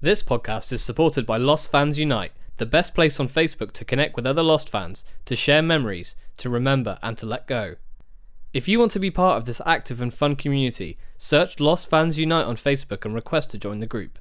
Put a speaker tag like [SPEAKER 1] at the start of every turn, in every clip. [SPEAKER 1] This podcast is supported by Lost Fans Unite, the best place on Facebook to connect with other Lost fans, to share memories, to remember, and to let go. If you want to be part of this active and fun community, search Lost Fans Unite on Facebook and request to join the group.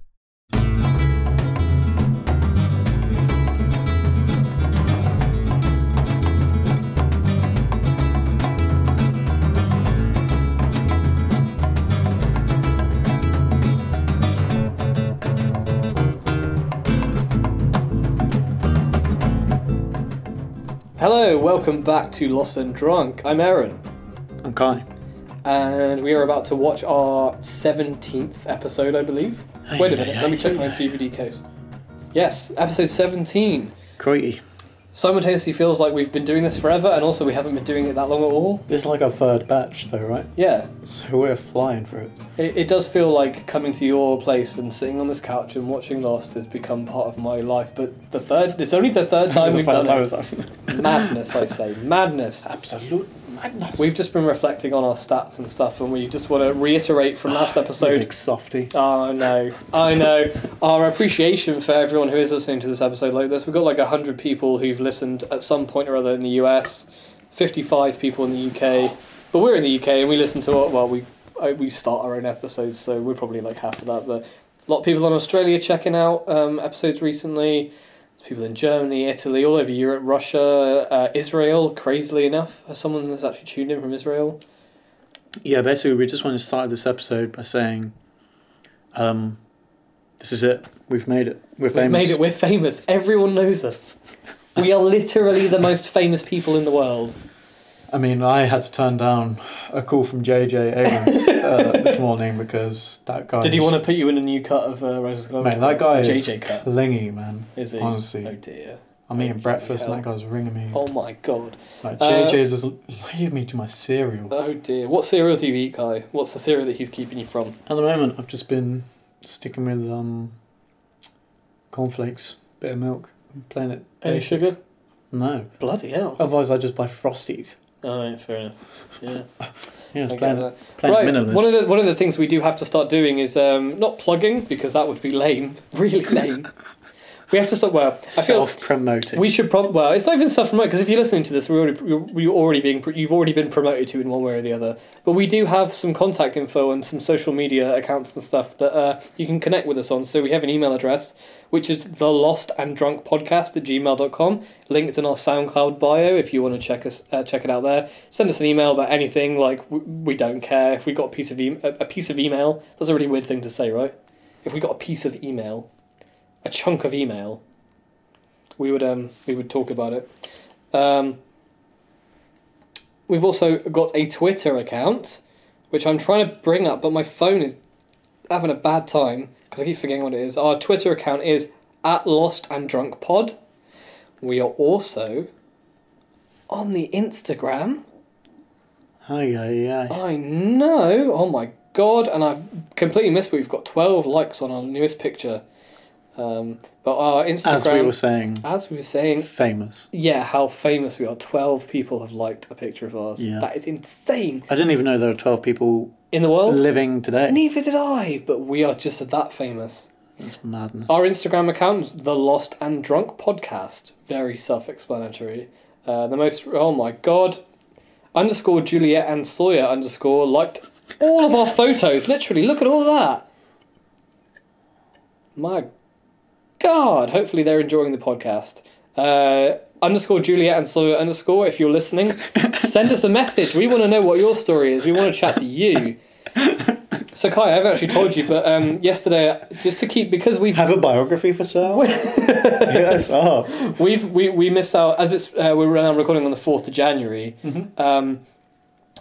[SPEAKER 1] Hello, welcome back to Lost and Drunk. I'm Aaron,
[SPEAKER 2] I'm Kai.
[SPEAKER 1] and we are about to watch our 17th episode, I believe.
[SPEAKER 2] Aye,
[SPEAKER 1] Wait a
[SPEAKER 2] aye,
[SPEAKER 1] minute,
[SPEAKER 2] aye.
[SPEAKER 1] let me check my DVD case. Yes, episode 17.
[SPEAKER 2] Crikey.
[SPEAKER 1] Simultaneously feels like we've been doing this forever, and also we haven't been doing it that long at all.
[SPEAKER 2] This is like our third batch, though, right?
[SPEAKER 1] Yeah,
[SPEAKER 2] So we're flying for it.
[SPEAKER 1] It, it does feel like coming to your place and sitting on this couch and watching Lost has become part of my life. But the third, it's only the third time
[SPEAKER 2] The
[SPEAKER 1] we've done
[SPEAKER 2] third time
[SPEAKER 1] it.
[SPEAKER 2] it's happened.
[SPEAKER 1] Madness, I say, madness.
[SPEAKER 2] Absolute madness.
[SPEAKER 1] We've just been reflecting on our stats and stuff, and we just want to reiterate from last
[SPEAKER 2] You
[SPEAKER 1] episode.
[SPEAKER 2] big softy.
[SPEAKER 1] Oh no, I know. Our appreciation for everyone who is listening to this episode like this. We've got like hundred people who've listened at some point or other in the US, fifty-five people in the UK, but we're in the UK and we listen to what? Well, we uh, we start our own episodes, so we're probably like half of that. But a lot of people in Australia checking out um, episodes recently. There's people in Germany, Italy, all over Europe, Russia, uh, Israel. Crazily enough, someone has actually tuned in from Israel.
[SPEAKER 2] Yeah, basically, we just want to start this episode by saying, um, this is it. We've made it. We're
[SPEAKER 1] We've
[SPEAKER 2] famous.
[SPEAKER 1] made it. We're famous. Everyone knows us. We are literally the most famous people in the world.
[SPEAKER 2] I mean, I had to turn down a call from JJ Abrams uh, this morning because that guy.
[SPEAKER 1] Did he want to put you in a new cut of uh, Rose's Glory?
[SPEAKER 2] Man, that guy
[SPEAKER 1] A
[SPEAKER 2] is
[SPEAKER 1] JJ cut.
[SPEAKER 2] clingy, man.
[SPEAKER 1] Is he?
[SPEAKER 2] Honestly.
[SPEAKER 1] Oh dear.
[SPEAKER 2] I'm eating
[SPEAKER 1] Oh,
[SPEAKER 2] breakfast and
[SPEAKER 1] bloody
[SPEAKER 2] that guy's ringing me.
[SPEAKER 1] Oh my god.
[SPEAKER 2] Like,
[SPEAKER 1] Uh,
[SPEAKER 2] JJ doesn't leave me to my cereal.
[SPEAKER 1] Oh dear. What cereal do you eat, Kai? What's the cereal that he's keeping you from?
[SPEAKER 2] At the moment, I've just been sticking with um, cornflakes, bit of milk, and playing it.
[SPEAKER 1] Any
[SPEAKER 2] basic.
[SPEAKER 1] sugar?
[SPEAKER 2] No.
[SPEAKER 1] Bloody hell.
[SPEAKER 2] Otherwise, I just buy Frosties.
[SPEAKER 1] Alright, fair enough. Yeah.
[SPEAKER 2] Yeah, it's
[SPEAKER 1] I get
[SPEAKER 2] playing,
[SPEAKER 1] that.
[SPEAKER 2] it, playing it minimalist.
[SPEAKER 1] uh, One of the one of the things we do have to start doing is um, not plugging because that would be lame, really lame. we have to stop. Well, I feel
[SPEAKER 2] Self-promoting.
[SPEAKER 1] we should probably. Well, it's not even self promote because if you're listening to this, we're already you're, you're already being pr- you've already been promoted to in one way or the other. But we do have some contact info and some social media accounts and stuff that uh, you can connect with us on. So we have an email address which is the lost and drunk podcast at gmail.com linked in our soundcloud bio if you want to check us uh, check it out there send us an email about anything like we, we don't care if we got a piece of e- a a piece of email that's a really weird thing to say right if we got a piece of email a chunk of email we would um we would talk about it um we've also got a twitter account which i'm trying to bring up but my phone is having a bad time because i keep forgetting what it is our twitter account is at lost and drunk pod we are also on the instagram
[SPEAKER 2] Oh, yeah, yeah.
[SPEAKER 1] I know. Oh my god! And I've completely missed. We've got twelve likes on our newest picture. Um, but our Instagram,
[SPEAKER 2] As we were saying,
[SPEAKER 1] as we were saying,
[SPEAKER 2] famous.
[SPEAKER 1] yeah, how famous we are. Twelve people have liked a picture of ours.
[SPEAKER 2] Yeah.
[SPEAKER 1] That is insane
[SPEAKER 2] I didn't even know there were 12 people
[SPEAKER 1] in the world.
[SPEAKER 2] living today.
[SPEAKER 1] Neither did I. But we are just that famous.
[SPEAKER 2] It's madness.
[SPEAKER 1] Our Instagram account is the Lost and Drunk Podcast. Very self-explanatory. Uh, the most. Oh my god. Underscore Juliet and Sawyer underscore liked all of our photos. Literally, look at all that. My God. Hopefully they're enjoying the podcast. Uh, underscore Juliet and Sawyer underscore. If you're listening, send us a message. We want to know what your story is. We want to chat to you. So Kai, I haven't actually told you, but um, yesterday, just to keep because we've
[SPEAKER 2] Have a biography for sale? yes, oh.
[SPEAKER 1] We've we, we missed out as it's uh, we're now recording on the fourth of January.
[SPEAKER 2] Mm-hmm.
[SPEAKER 1] Um,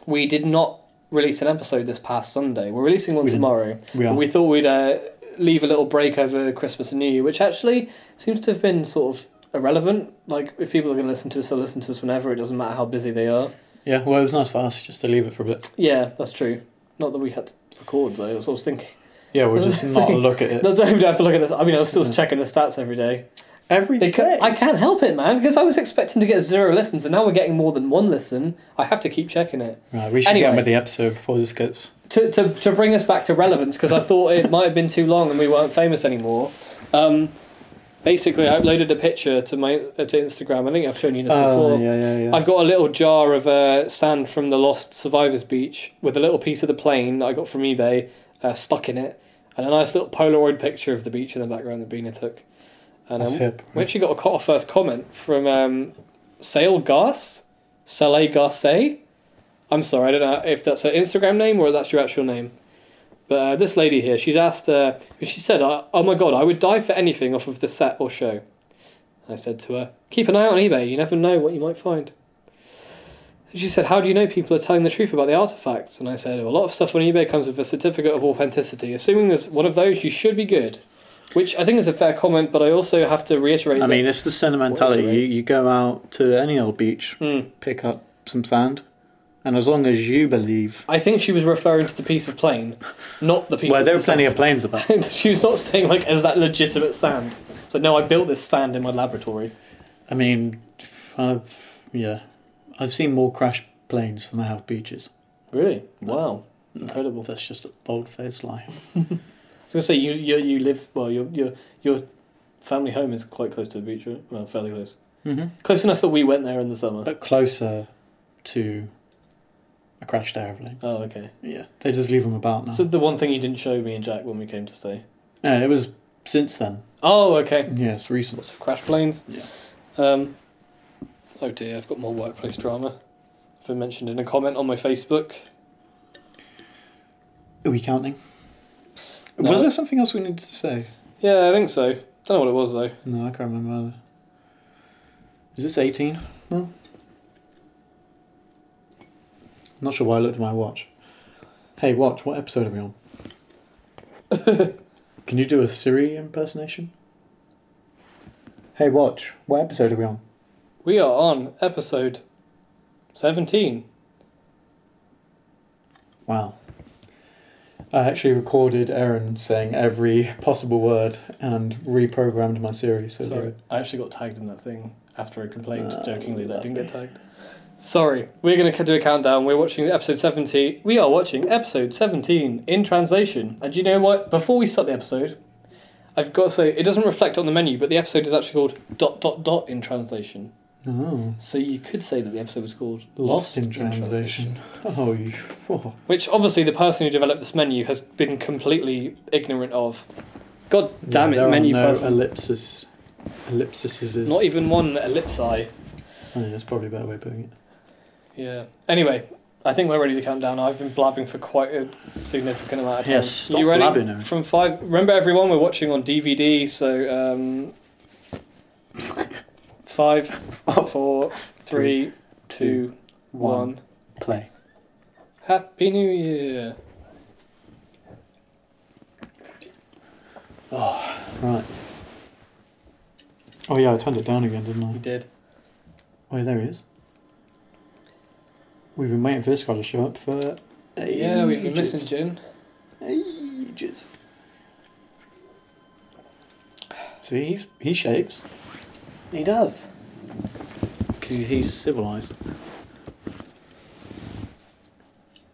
[SPEAKER 1] we did not release an episode this past Sunday. We're releasing one
[SPEAKER 2] We didn't.
[SPEAKER 1] tomorrow.
[SPEAKER 2] We are.
[SPEAKER 1] But we thought we'd uh, leave a little break over Christmas and New Year, which actually seems to have been sort of irrelevant. Like if people are going to listen to us, they'll listen to us whenever. It doesn't matter how busy they are.
[SPEAKER 2] Yeah, well, it was nice for us just to leave it for a bit.
[SPEAKER 1] Yeah, that's true. Not that we had to record though. That's what I was thinking.
[SPEAKER 2] Yeah, we'll just not look at it.
[SPEAKER 1] No, don't even have to look at this. I mean, I was still checking the stats every day.
[SPEAKER 2] every
[SPEAKER 1] They ca-
[SPEAKER 2] day.
[SPEAKER 1] I can't help it, man, because I was expecting to get zero listens, and now we're getting more than one listen. I have to keep checking it.
[SPEAKER 2] Right, we should
[SPEAKER 1] Anyway.
[SPEAKER 2] get on with the episode before this gets.
[SPEAKER 1] to, to, to bring us back to relevance because I thought it might have been too long and we weren't famous anymore. Um, basically, I uploaded a picture to my uh, to Instagram. I think I've shown you this before.
[SPEAKER 2] yeah, yeah, Oh, yeah.
[SPEAKER 1] I've got a little jar of uh, sand from the Lost Survivors Beach with a little piece of the plane that I got from eBay uh, stuck in it, and a nice little Polaroid picture of the beach in the background that Bina took. And
[SPEAKER 2] That's
[SPEAKER 1] um,
[SPEAKER 2] hip.
[SPEAKER 1] we actually got a co- our first comment from um, Sale Gas, Sale Garce. I'm sorry, I don't know if that's her Instagram name or that's your actual name. But uh, this lady here, she's asked, uh, she said, uh, Oh my god, I would die for anything off of the set or show. I said to her, Keep an eye on eBay, you never know what you might find. And she said, How do you know people are telling the truth about the artifacts? And I said, A lot of stuff on eBay comes with a certificate of authenticity. Assuming there's one of those, you should be good. Which I think is a fair comment, but I also have to reiterate
[SPEAKER 2] I
[SPEAKER 1] that-
[SPEAKER 2] mean, it's the sentimentality.
[SPEAKER 1] What is
[SPEAKER 2] You,
[SPEAKER 1] it?
[SPEAKER 2] you go out to any old beach,
[SPEAKER 1] Hmm.
[SPEAKER 2] pick up some sand, and as long as you believe.
[SPEAKER 1] I think she was referring to the piece of plane, not the piece
[SPEAKER 2] Well,
[SPEAKER 1] of
[SPEAKER 2] there are
[SPEAKER 1] the
[SPEAKER 2] plenty of planes about.
[SPEAKER 1] sand. she was not saying, like, is that legitimate sand? So, no, I built this sand in my laboratory.
[SPEAKER 2] I mean, I've yeah, I've seen more crash planes than I have beaches.
[SPEAKER 1] Really?
[SPEAKER 2] No.
[SPEAKER 1] Wow. Incredible.
[SPEAKER 2] That's just a bold-faced lie.
[SPEAKER 1] I was going to say, you, you, you live, well, your, your, your family home is quite close to the beach, right? Well, fairly close.
[SPEAKER 2] Mm-hmm.
[SPEAKER 1] Close enough that we went there in the summer.
[SPEAKER 2] But closer to a crashed airplane.
[SPEAKER 1] Oh, okay.
[SPEAKER 2] Yeah, they just leave them about now.
[SPEAKER 1] So the one thing you didn't show me and Jack when we came to stay.
[SPEAKER 2] no, it was since then.
[SPEAKER 1] Oh, okay.
[SPEAKER 2] Yeah, it's recent.
[SPEAKER 1] Lots of crash planes.
[SPEAKER 2] Yeah.
[SPEAKER 1] Um, oh dear, I've got more workplace drama. I've been mentioned in a comment on my Facebook.
[SPEAKER 2] Are we counting?
[SPEAKER 1] No.
[SPEAKER 2] Was there something else we needed to say?
[SPEAKER 1] Yeah, I think so. Don't know what it was though.
[SPEAKER 2] No, I can't remember. Either. Is this eighteen? No. Not sure why I looked at my watch. Hey, watch. What episode are we on? Can you do a Siri impersonation? Hey, watch. What episode are we on?
[SPEAKER 1] We are on episode 17.
[SPEAKER 2] Wow. I actually recorded Aaron saying every possible word and reprogrammed my Siri. So
[SPEAKER 1] Sorry, I actually got tagged in that thing after I complained
[SPEAKER 2] Oh,
[SPEAKER 1] jokingly that I didn't get tagged. Sorry, we're going to do a countdown. We're watching episode 17. We are watching episode 17 in translation. And you know what? Before we start the episode, I've got to say, it doesn't reflect on the menu, but the episode is actually called dot dot dot in translation.
[SPEAKER 2] Oh,
[SPEAKER 1] So you could say that the episode was called
[SPEAKER 2] lost, in translation. Oh, you. Oh.
[SPEAKER 1] Which obviously the person who developed this menu has been completely ignorant of. God
[SPEAKER 2] Yeah,
[SPEAKER 1] damn
[SPEAKER 2] there
[SPEAKER 1] it,
[SPEAKER 2] are
[SPEAKER 1] menu
[SPEAKER 2] no
[SPEAKER 1] person.
[SPEAKER 2] ellipses. Ellipses is.
[SPEAKER 1] Not even one ellipsi.
[SPEAKER 2] Oh, yeah, that's probably a better way of putting it.
[SPEAKER 1] Yeah. Anyway, I think we're ready to count down. I've been blabbing for quite a significant amount of time.
[SPEAKER 2] Yes, stop
[SPEAKER 1] you ready?
[SPEAKER 2] blabbing, Aaron.
[SPEAKER 1] From five. Remember, everyone, we're watching on DVD. So um, five, four, three, two, one.
[SPEAKER 2] Play.
[SPEAKER 1] Happy New Year.
[SPEAKER 2] Right. Oh yeah, I turned it down again, didn't
[SPEAKER 1] We
[SPEAKER 2] I?
[SPEAKER 1] did.
[SPEAKER 2] Wait, there he is. We've been waiting for this guy to show up for. Ages.
[SPEAKER 1] Yeah, we've been missing Jin.
[SPEAKER 2] Ages. See, he's he shaves
[SPEAKER 1] He does.
[SPEAKER 2] because he's civilized.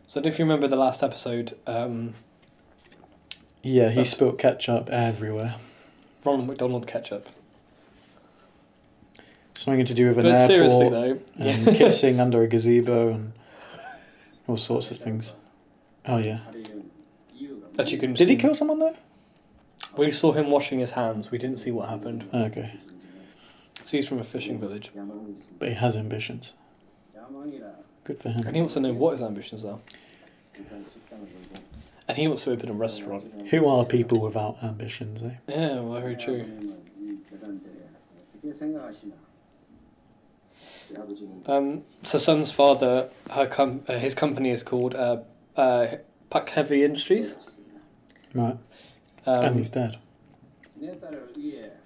[SPEAKER 1] So if you remember the last episode, um,
[SPEAKER 2] Yeah, he
[SPEAKER 1] That's-
[SPEAKER 2] spilt ketchup everywhere.
[SPEAKER 1] Ronald McDonald ketchup.
[SPEAKER 2] Something to do with an
[SPEAKER 1] But
[SPEAKER 2] airport.
[SPEAKER 1] seriously though,
[SPEAKER 2] and
[SPEAKER 1] yeah.
[SPEAKER 2] kissing under a gazebo and all sorts of things. Oh yeah.
[SPEAKER 1] that you can.
[SPEAKER 2] Did he
[SPEAKER 1] see-
[SPEAKER 2] kill someone though?
[SPEAKER 1] We saw him washing his hands. We didn't see what happened.
[SPEAKER 2] Oh, Okay,
[SPEAKER 1] So he's from a fishing village,
[SPEAKER 2] but he has ambitions. Good for
[SPEAKER 1] and
[SPEAKER 2] him.
[SPEAKER 1] he wants to know what his ambitions are, and he wants to open a restaurant.
[SPEAKER 2] Who are people without ambitions? Eh?
[SPEAKER 1] Yeah, well, very true. Um, Sasan's father, her com- uh, his company is called uh, uh, Pack Heavy Industries.
[SPEAKER 2] Right, and
[SPEAKER 1] Um,
[SPEAKER 2] he's dead.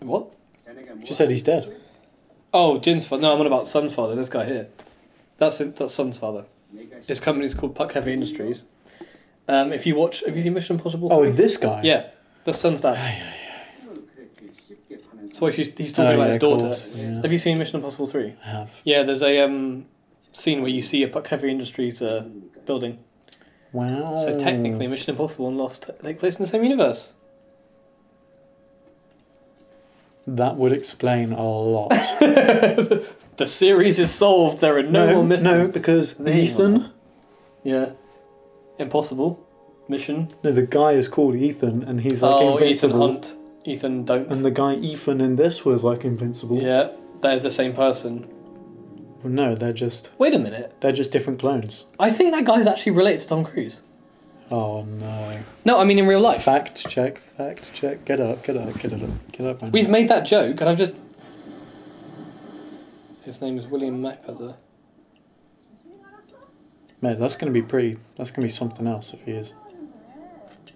[SPEAKER 1] what?
[SPEAKER 2] She said he's dead.
[SPEAKER 1] Oh, Jin's father. No, I'm on about Sun's father. This guy here. That's it. That's Sun's father. His company's called Puck Heavy Industries. Um, if you watch, have you seen Mission Impossible?
[SPEAKER 2] Oh,
[SPEAKER 1] three?
[SPEAKER 2] this guy.
[SPEAKER 1] yeah, that's Sun's dad. That's why she's, he's talking
[SPEAKER 2] Oh,
[SPEAKER 1] about
[SPEAKER 2] yeah,
[SPEAKER 1] his
[SPEAKER 2] of
[SPEAKER 1] daughter.
[SPEAKER 2] course, yeah.
[SPEAKER 1] Have you seen Mission Impossible 3?
[SPEAKER 2] I have.
[SPEAKER 1] Yeah, there's a um, scene where you see a Puck Heavy Industries uh, building.
[SPEAKER 2] Wow.
[SPEAKER 1] So technically, Mission Impossible and Lost take place in the same universe.
[SPEAKER 2] that would explain a lot.
[SPEAKER 1] the series is solved. There are no, more mysteries.
[SPEAKER 2] because
[SPEAKER 1] Is there anyone?
[SPEAKER 2] Ethan.
[SPEAKER 1] Yeah. Impossible. Mission.
[SPEAKER 2] No, the guy is called Ethan, and he's like
[SPEAKER 1] oh, Ethan
[SPEAKER 2] invincible.
[SPEAKER 1] Hunt. Ethan Don't.
[SPEAKER 2] And the guy Ethan in this was like invincible.
[SPEAKER 1] Yeah, they're the same person.
[SPEAKER 2] Well, no, they're just
[SPEAKER 1] Wait a minute.
[SPEAKER 2] they're just different clones.
[SPEAKER 1] I think that guy's actually related to Tom Cruise.
[SPEAKER 2] Oh no!
[SPEAKER 1] No, I mean in real life.
[SPEAKER 2] Fact check. Fact check. Get up. Get up. Get up. Get up. man.
[SPEAKER 1] We've made that joke, and I've just. His name is William Macbether.
[SPEAKER 2] Mate, that's gonna be pretty. That's gonna be something else if he is.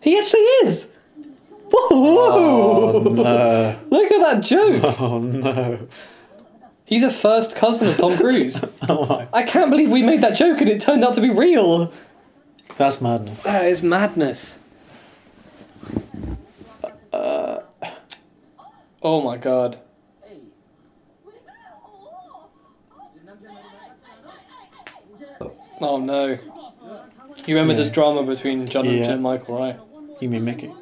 [SPEAKER 1] He actually is! Whoa!
[SPEAKER 2] Oh no!
[SPEAKER 1] Look at that joke!
[SPEAKER 2] Oh no!
[SPEAKER 1] He's a first cousin of Tom Cruise.
[SPEAKER 2] Oh, my-
[SPEAKER 1] I can't believe we made that joke and it turned out to be real.
[SPEAKER 2] that's madness.
[SPEAKER 1] That is madness. Uh, oh my god. Oh no. You remember this
[SPEAKER 2] Yeah.
[SPEAKER 1] drama between John and
[SPEAKER 2] Yeah.
[SPEAKER 1] Jen Michael, right?
[SPEAKER 2] You mean Mickey?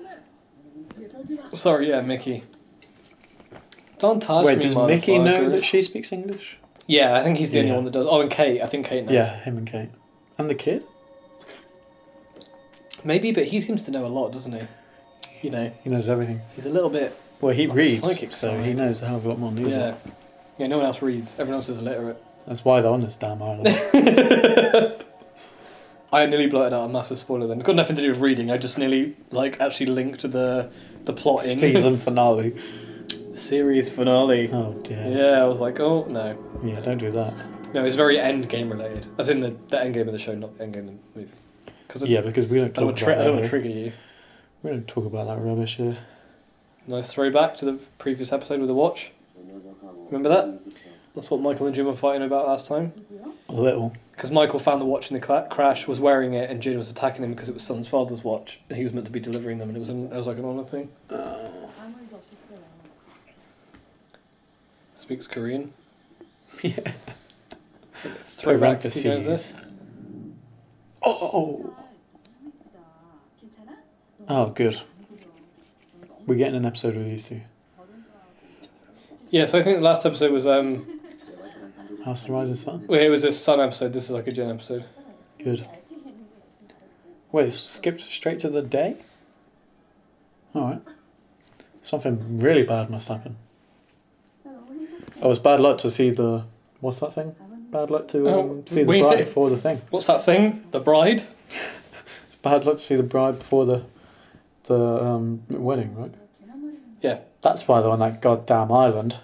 [SPEAKER 1] Sorry, yeah, Mickey. Don't touch
[SPEAKER 2] Wait,
[SPEAKER 1] me,
[SPEAKER 2] does Mickey know
[SPEAKER 1] motherfucker.
[SPEAKER 2] that she speaks English?
[SPEAKER 1] Yeah, I think he's the only
[SPEAKER 2] Yeah.
[SPEAKER 1] one that does. Oh, and Kate. I think Kate knows.
[SPEAKER 2] Yeah, him and Kate, and the kid.
[SPEAKER 1] Maybe, but he seems to know a lot, doesn't he? You know,
[SPEAKER 2] He knows everything.
[SPEAKER 1] he's a little bit.
[SPEAKER 2] Well, he
[SPEAKER 1] Like a psychic
[SPEAKER 2] reads, so
[SPEAKER 1] side.
[SPEAKER 2] he knows a hell of a lot more than
[SPEAKER 1] Yeah.
[SPEAKER 2] yeah.
[SPEAKER 1] Yeah, no one else reads. Everyone else is illiterate.
[SPEAKER 2] That's why they're on this damn island.
[SPEAKER 1] I nearly blurted out a massive spoiler then. It's got nothing to do with reading. I just nearly, like, actually linked the the plot in
[SPEAKER 2] Season finale.
[SPEAKER 1] series finale.
[SPEAKER 2] Oh dear.
[SPEAKER 1] Yeah, I was like, oh, no.
[SPEAKER 2] Yeah, don't do that.
[SPEAKER 1] No, it's very end game related. As in the, the end game of the show, not the end game of the movie. Because
[SPEAKER 2] Yeah, because we don't
[SPEAKER 1] I don't
[SPEAKER 2] talk
[SPEAKER 1] want
[SPEAKER 2] about
[SPEAKER 1] to tri- I
[SPEAKER 2] that.
[SPEAKER 1] don't want to
[SPEAKER 2] here.
[SPEAKER 1] trigger you.
[SPEAKER 2] we don't talk about that rubbish here.
[SPEAKER 1] Nice throwback to the previous episode with the watch. Remember that? That's what Michael and Jim were fighting about last time.
[SPEAKER 2] A little.
[SPEAKER 1] Because Michael found the watch in the cla crash, was wearing it, and Jim was attacking him because it was son's father's watch. and He was meant to be delivering them, and it was an, it was like an honor thing. Speaks Korean.
[SPEAKER 2] Yeah.
[SPEAKER 1] Throwback to you guys this.
[SPEAKER 2] Oh. Oh, good. We're getting an episode with these two.
[SPEAKER 1] Yeah, so I think the last episode was um,
[SPEAKER 2] House of the Rising Sun.
[SPEAKER 1] well, it was this son episode. This is like a Jin episode.
[SPEAKER 2] Good. Wait, it's skipped straight to the day. All right. Something really bad must happen. Oh, it's bad luck to see the what's that thing? Bad luck to um,
[SPEAKER 1] Oh,
[SPEAKER 2] see the
[SPEAKER 1] when
[SPEAKER 2] bride
[SPEAKER 1] you say-
[SPEAKER 2] before the thing.
[SPEAKER 1] What's that thing? The bride.
[SPEAKER 2] It's bad luck to see the bride before the the um, wedding, right?
[SPEAKER 1] Yeah.
[SPEAKER 2] That's why they're on that goddamn island.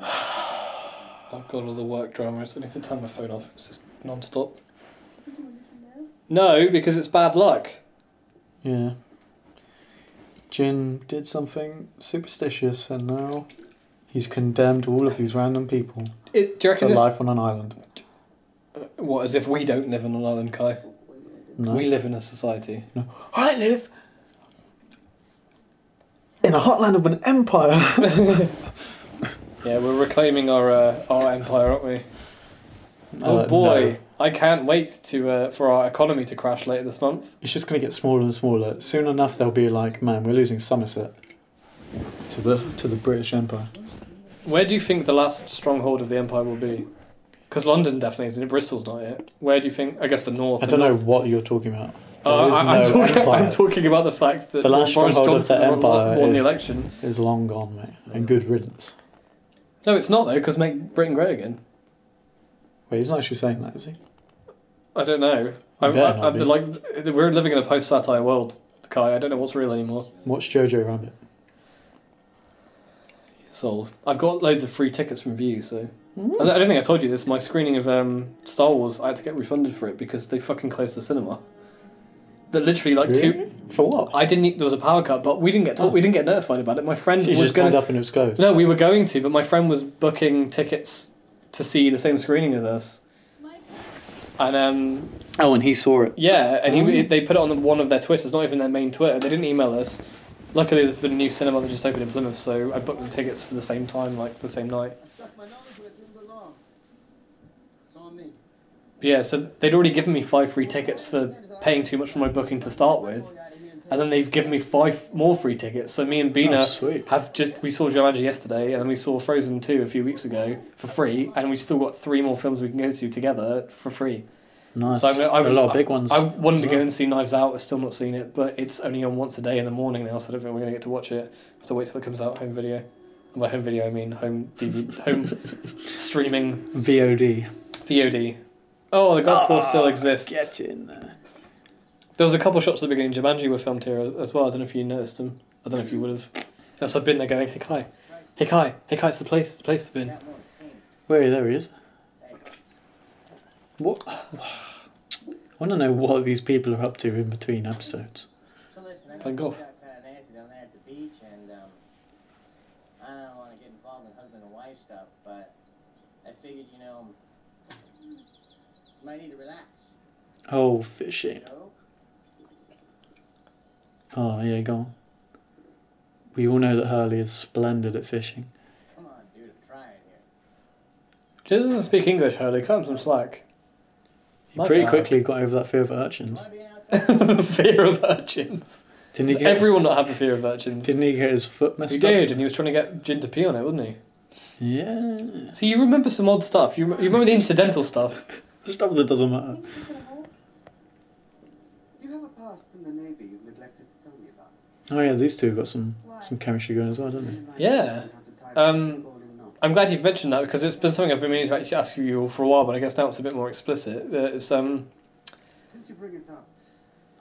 [SPEAKER 1] I've got all the work dramas. I need to turn my phone off. It's just non-stop. No, because it's bad luck.
[SPEAKER 2] Yeah. Jin did something superstitious, and now he's condemned all of these random people
[SPEAKER 1] It, do you
[SPEAKER 2] to
[SPEAKER 1] reckon this?
[SPEAKER 2] life on an island.
[SPEAKER 1] What, as if we don't live in an island, Kai?
[SPEAKER 2] No.
[SPEAKER 1] We live in a society.
[SPEAKER 2] I live in the heartland of an empire.
[SPEAKER 1] Yeah, we're reclaiming our uh, our empire, aren't we? oh boy, I can't wait to uh, for our economy to crash later this month.
[SPEAKER 2] It's just going to get smaller and smaller. Soon enough, they'll be like, man, we're losing Somerset to the to the British Empire.
[SPEAKER 1] Where do you think the last stronghold of the empire will be? Because London definitely isn't. it? Bristol's not yet. Where do you think? I guess the north.
[SPEAKER 2] I don't
[SPEAKER 1] the
[SPEAKER 2] know
[SPEAKER 1] north.
[SPEAKER 2] what you're talking about.
[SPEAKER 1] Uh,
[SPEAKER 2] There is
[SPEAKER 1] I, am
[SPEAKER 2] no
[SPEAKER 1] talking.
[SPEAKER 2] empire.
[SPEAKER 1] I'm talking about the fact that
[SPEAKER 2] The last
[SPEAKER 1] Boris
[SPEAKER 2] stronghold of the
[SPEAKER 1] Johnson won-
[SPEAKER 2] empire
[SPEAKER 1] won the
[SPEAKER 2] is-
[SPEAKER 1] election.
[SPEAKER 2] It's long gone, mate, and good riddance.
[SPEAKER 1] No, it's not though, because make Britain great again.
[SPEAKER 2] Wait, he's not actually saying that, is he?
[SPEAKER 1] I don't know. I,
[SPEAKER 2] better
[SPEAKER 1] I,
[SPEAKER 2] not
[SPEAKER 1] I,
[SPEAKER 2] be.
[SPEAKER 1] like we're living in a post-satire world, Kai. I don't know what's real anymore.
[SPEAKER 2] Watch Jojo Rabbit.
[SPEAKER 1] Sold. I've got loads of free tickets from View, so I don't- I don't think I told you this. My screening of um, Star Wars, I had to get refunded for it because they fucking closed the cinema. That literally like two.
[SPEAKER 2] Really? For what?
[SPEAKER 1] I didn't. e, There was a power cut, but we didn't get told. We didn't get notified about it. My friend
[SPEAKER 2] She
[SPEAKER 1] was
[SPEAKER 2] just
[SPEAKER 1] going.
[SPEAKER 2] turned
[SPEAKER 1] to
[SPEAKER 2] up and it was closed.
[SPEAKER 1] No, we were going to, but my friend was booking tickets to see the same screening as us, and um,
[SPEAKER 2] Oh, and he saw it.
[SPEAKER 1] yeah, and he, they put it on the, one of their Twitters, not even their main Twitter. They didn't email us. Luckily, there's been a new cinema that just opened in Plymouth, so I booked the tickets for the same time, like the same night.
[SPEAKER 3] I stuck my nose where it didn't belong. It's on me.
[SPEAKER 1] But yeah, so they'd already given me five free tickets for paying too much for my booking to start with, and then they've given me five more free tickets. So me and Bina
[SPEAKER 2] Oh, sweet.
[SPEAKER 1] have just we saw Jumanji yesterday, and then we saw Frozen two a few weeks ago for free, and we still got three more films we can go to together for free.
[SPEAKER 2] Nice.
[SPEAKER 1] So I'm, I was,
[SPEAKER 2] a lot of big ones.
[SPEAKER 1] I wanted to
[SPEAKER 2] as
[SPEAKER 1] go
[SPEAKER 2] well.
[SPEAKER 1] and see Knives Out. I've still not seen it, but it's only on once a day in the morning now, so I don't think we're going to get to watch it. have to wait till it comes out home video. And by home video, I mean home DVD, home streaming
[SPEAKER 2] VOD.
[SPEAKER 1] VOD. Oh, the golf course still exists.
[SPEAKER 2] Ah, Get in there.
[SPEAKER 1] There was a couple shots at the beginning. Jumanji were filmed here as well. I don't know if you noticed them. I don't know if you would have. Unless I've been there going, hey Kai, hey Kai, hey Kai, it's the place, it's the place to be. in."
[SPEAKER 2] Wait, there he is. What? I want to know what these people are up to in between episodes.
[SPEAKER 3] So listen, I know
[SPEAKER 1] Playing
[SPEAKER 3] you
[SPEAKER 1] golf.
[SPEAKER 3] got kinda nasty down there at the beach, and um, I don't want to get involved in husband and wife stuff, but I figured, you know, you might need to relax.
[SPEAKER 2] Oh, fishing.
[SPEAKER 3] So,
[SPEAKER 2] Oh, yeah, go on. We all know that Hurley is splendid at fishing.
[SPEAKER 3] come on, dude, I'm trying here.
[SPEAKER 1] She doesn't speak English, Hurley. Cut him some slack.
[SPEAKER 2] He
[SPEAKER 1] My
[SPEAKER 2] pretty
[SPEAKER 1] God.
[SPEAKER 2] quickly got over that fear of
[SPEAKER 3] Am
[SPEAKER 2] urchins.
[SPEAKER 3] I being outside?
[SPEAKER 1] the fear of urchins.
[SPEAKER 2] Didn't he
[SPEAKER 1] Does
[SPEAKER 2] get?
[SPEAKER 1] everyone not have a fear of urchins?
[SPEAKER 2] Didn't he get his foot messed
[SPEAKER 1] He
[SPEAKER 2] up?
[SPEAKER 1] did, and he was trying to get Jin to pee on it, wasn't he?
[SPEAKER 2] Yeah.
[SPEAKER 1] So you remember some odd stuff. You, rem- you remember the incidental stuff.
[SPEAKER 2] Stuff that doesn't matter.
[SPEAKER 4] You have a past in the Navy you've neglected to tell me about.
[SPEAKER 2] Oh yeah, these two got some
[SPEAKER 5] Why?
[SPEAKER 2] some chemistry going as well, didn't they?
[SPEAKER 1] Yeah. Um, I'm glad you've mentioned that because it's been something I've been meaning to actually ask you all for a while, but I guess now it's a bit more explicit. Uh, it's um,
[SPEAKER 4] Since you bring it up,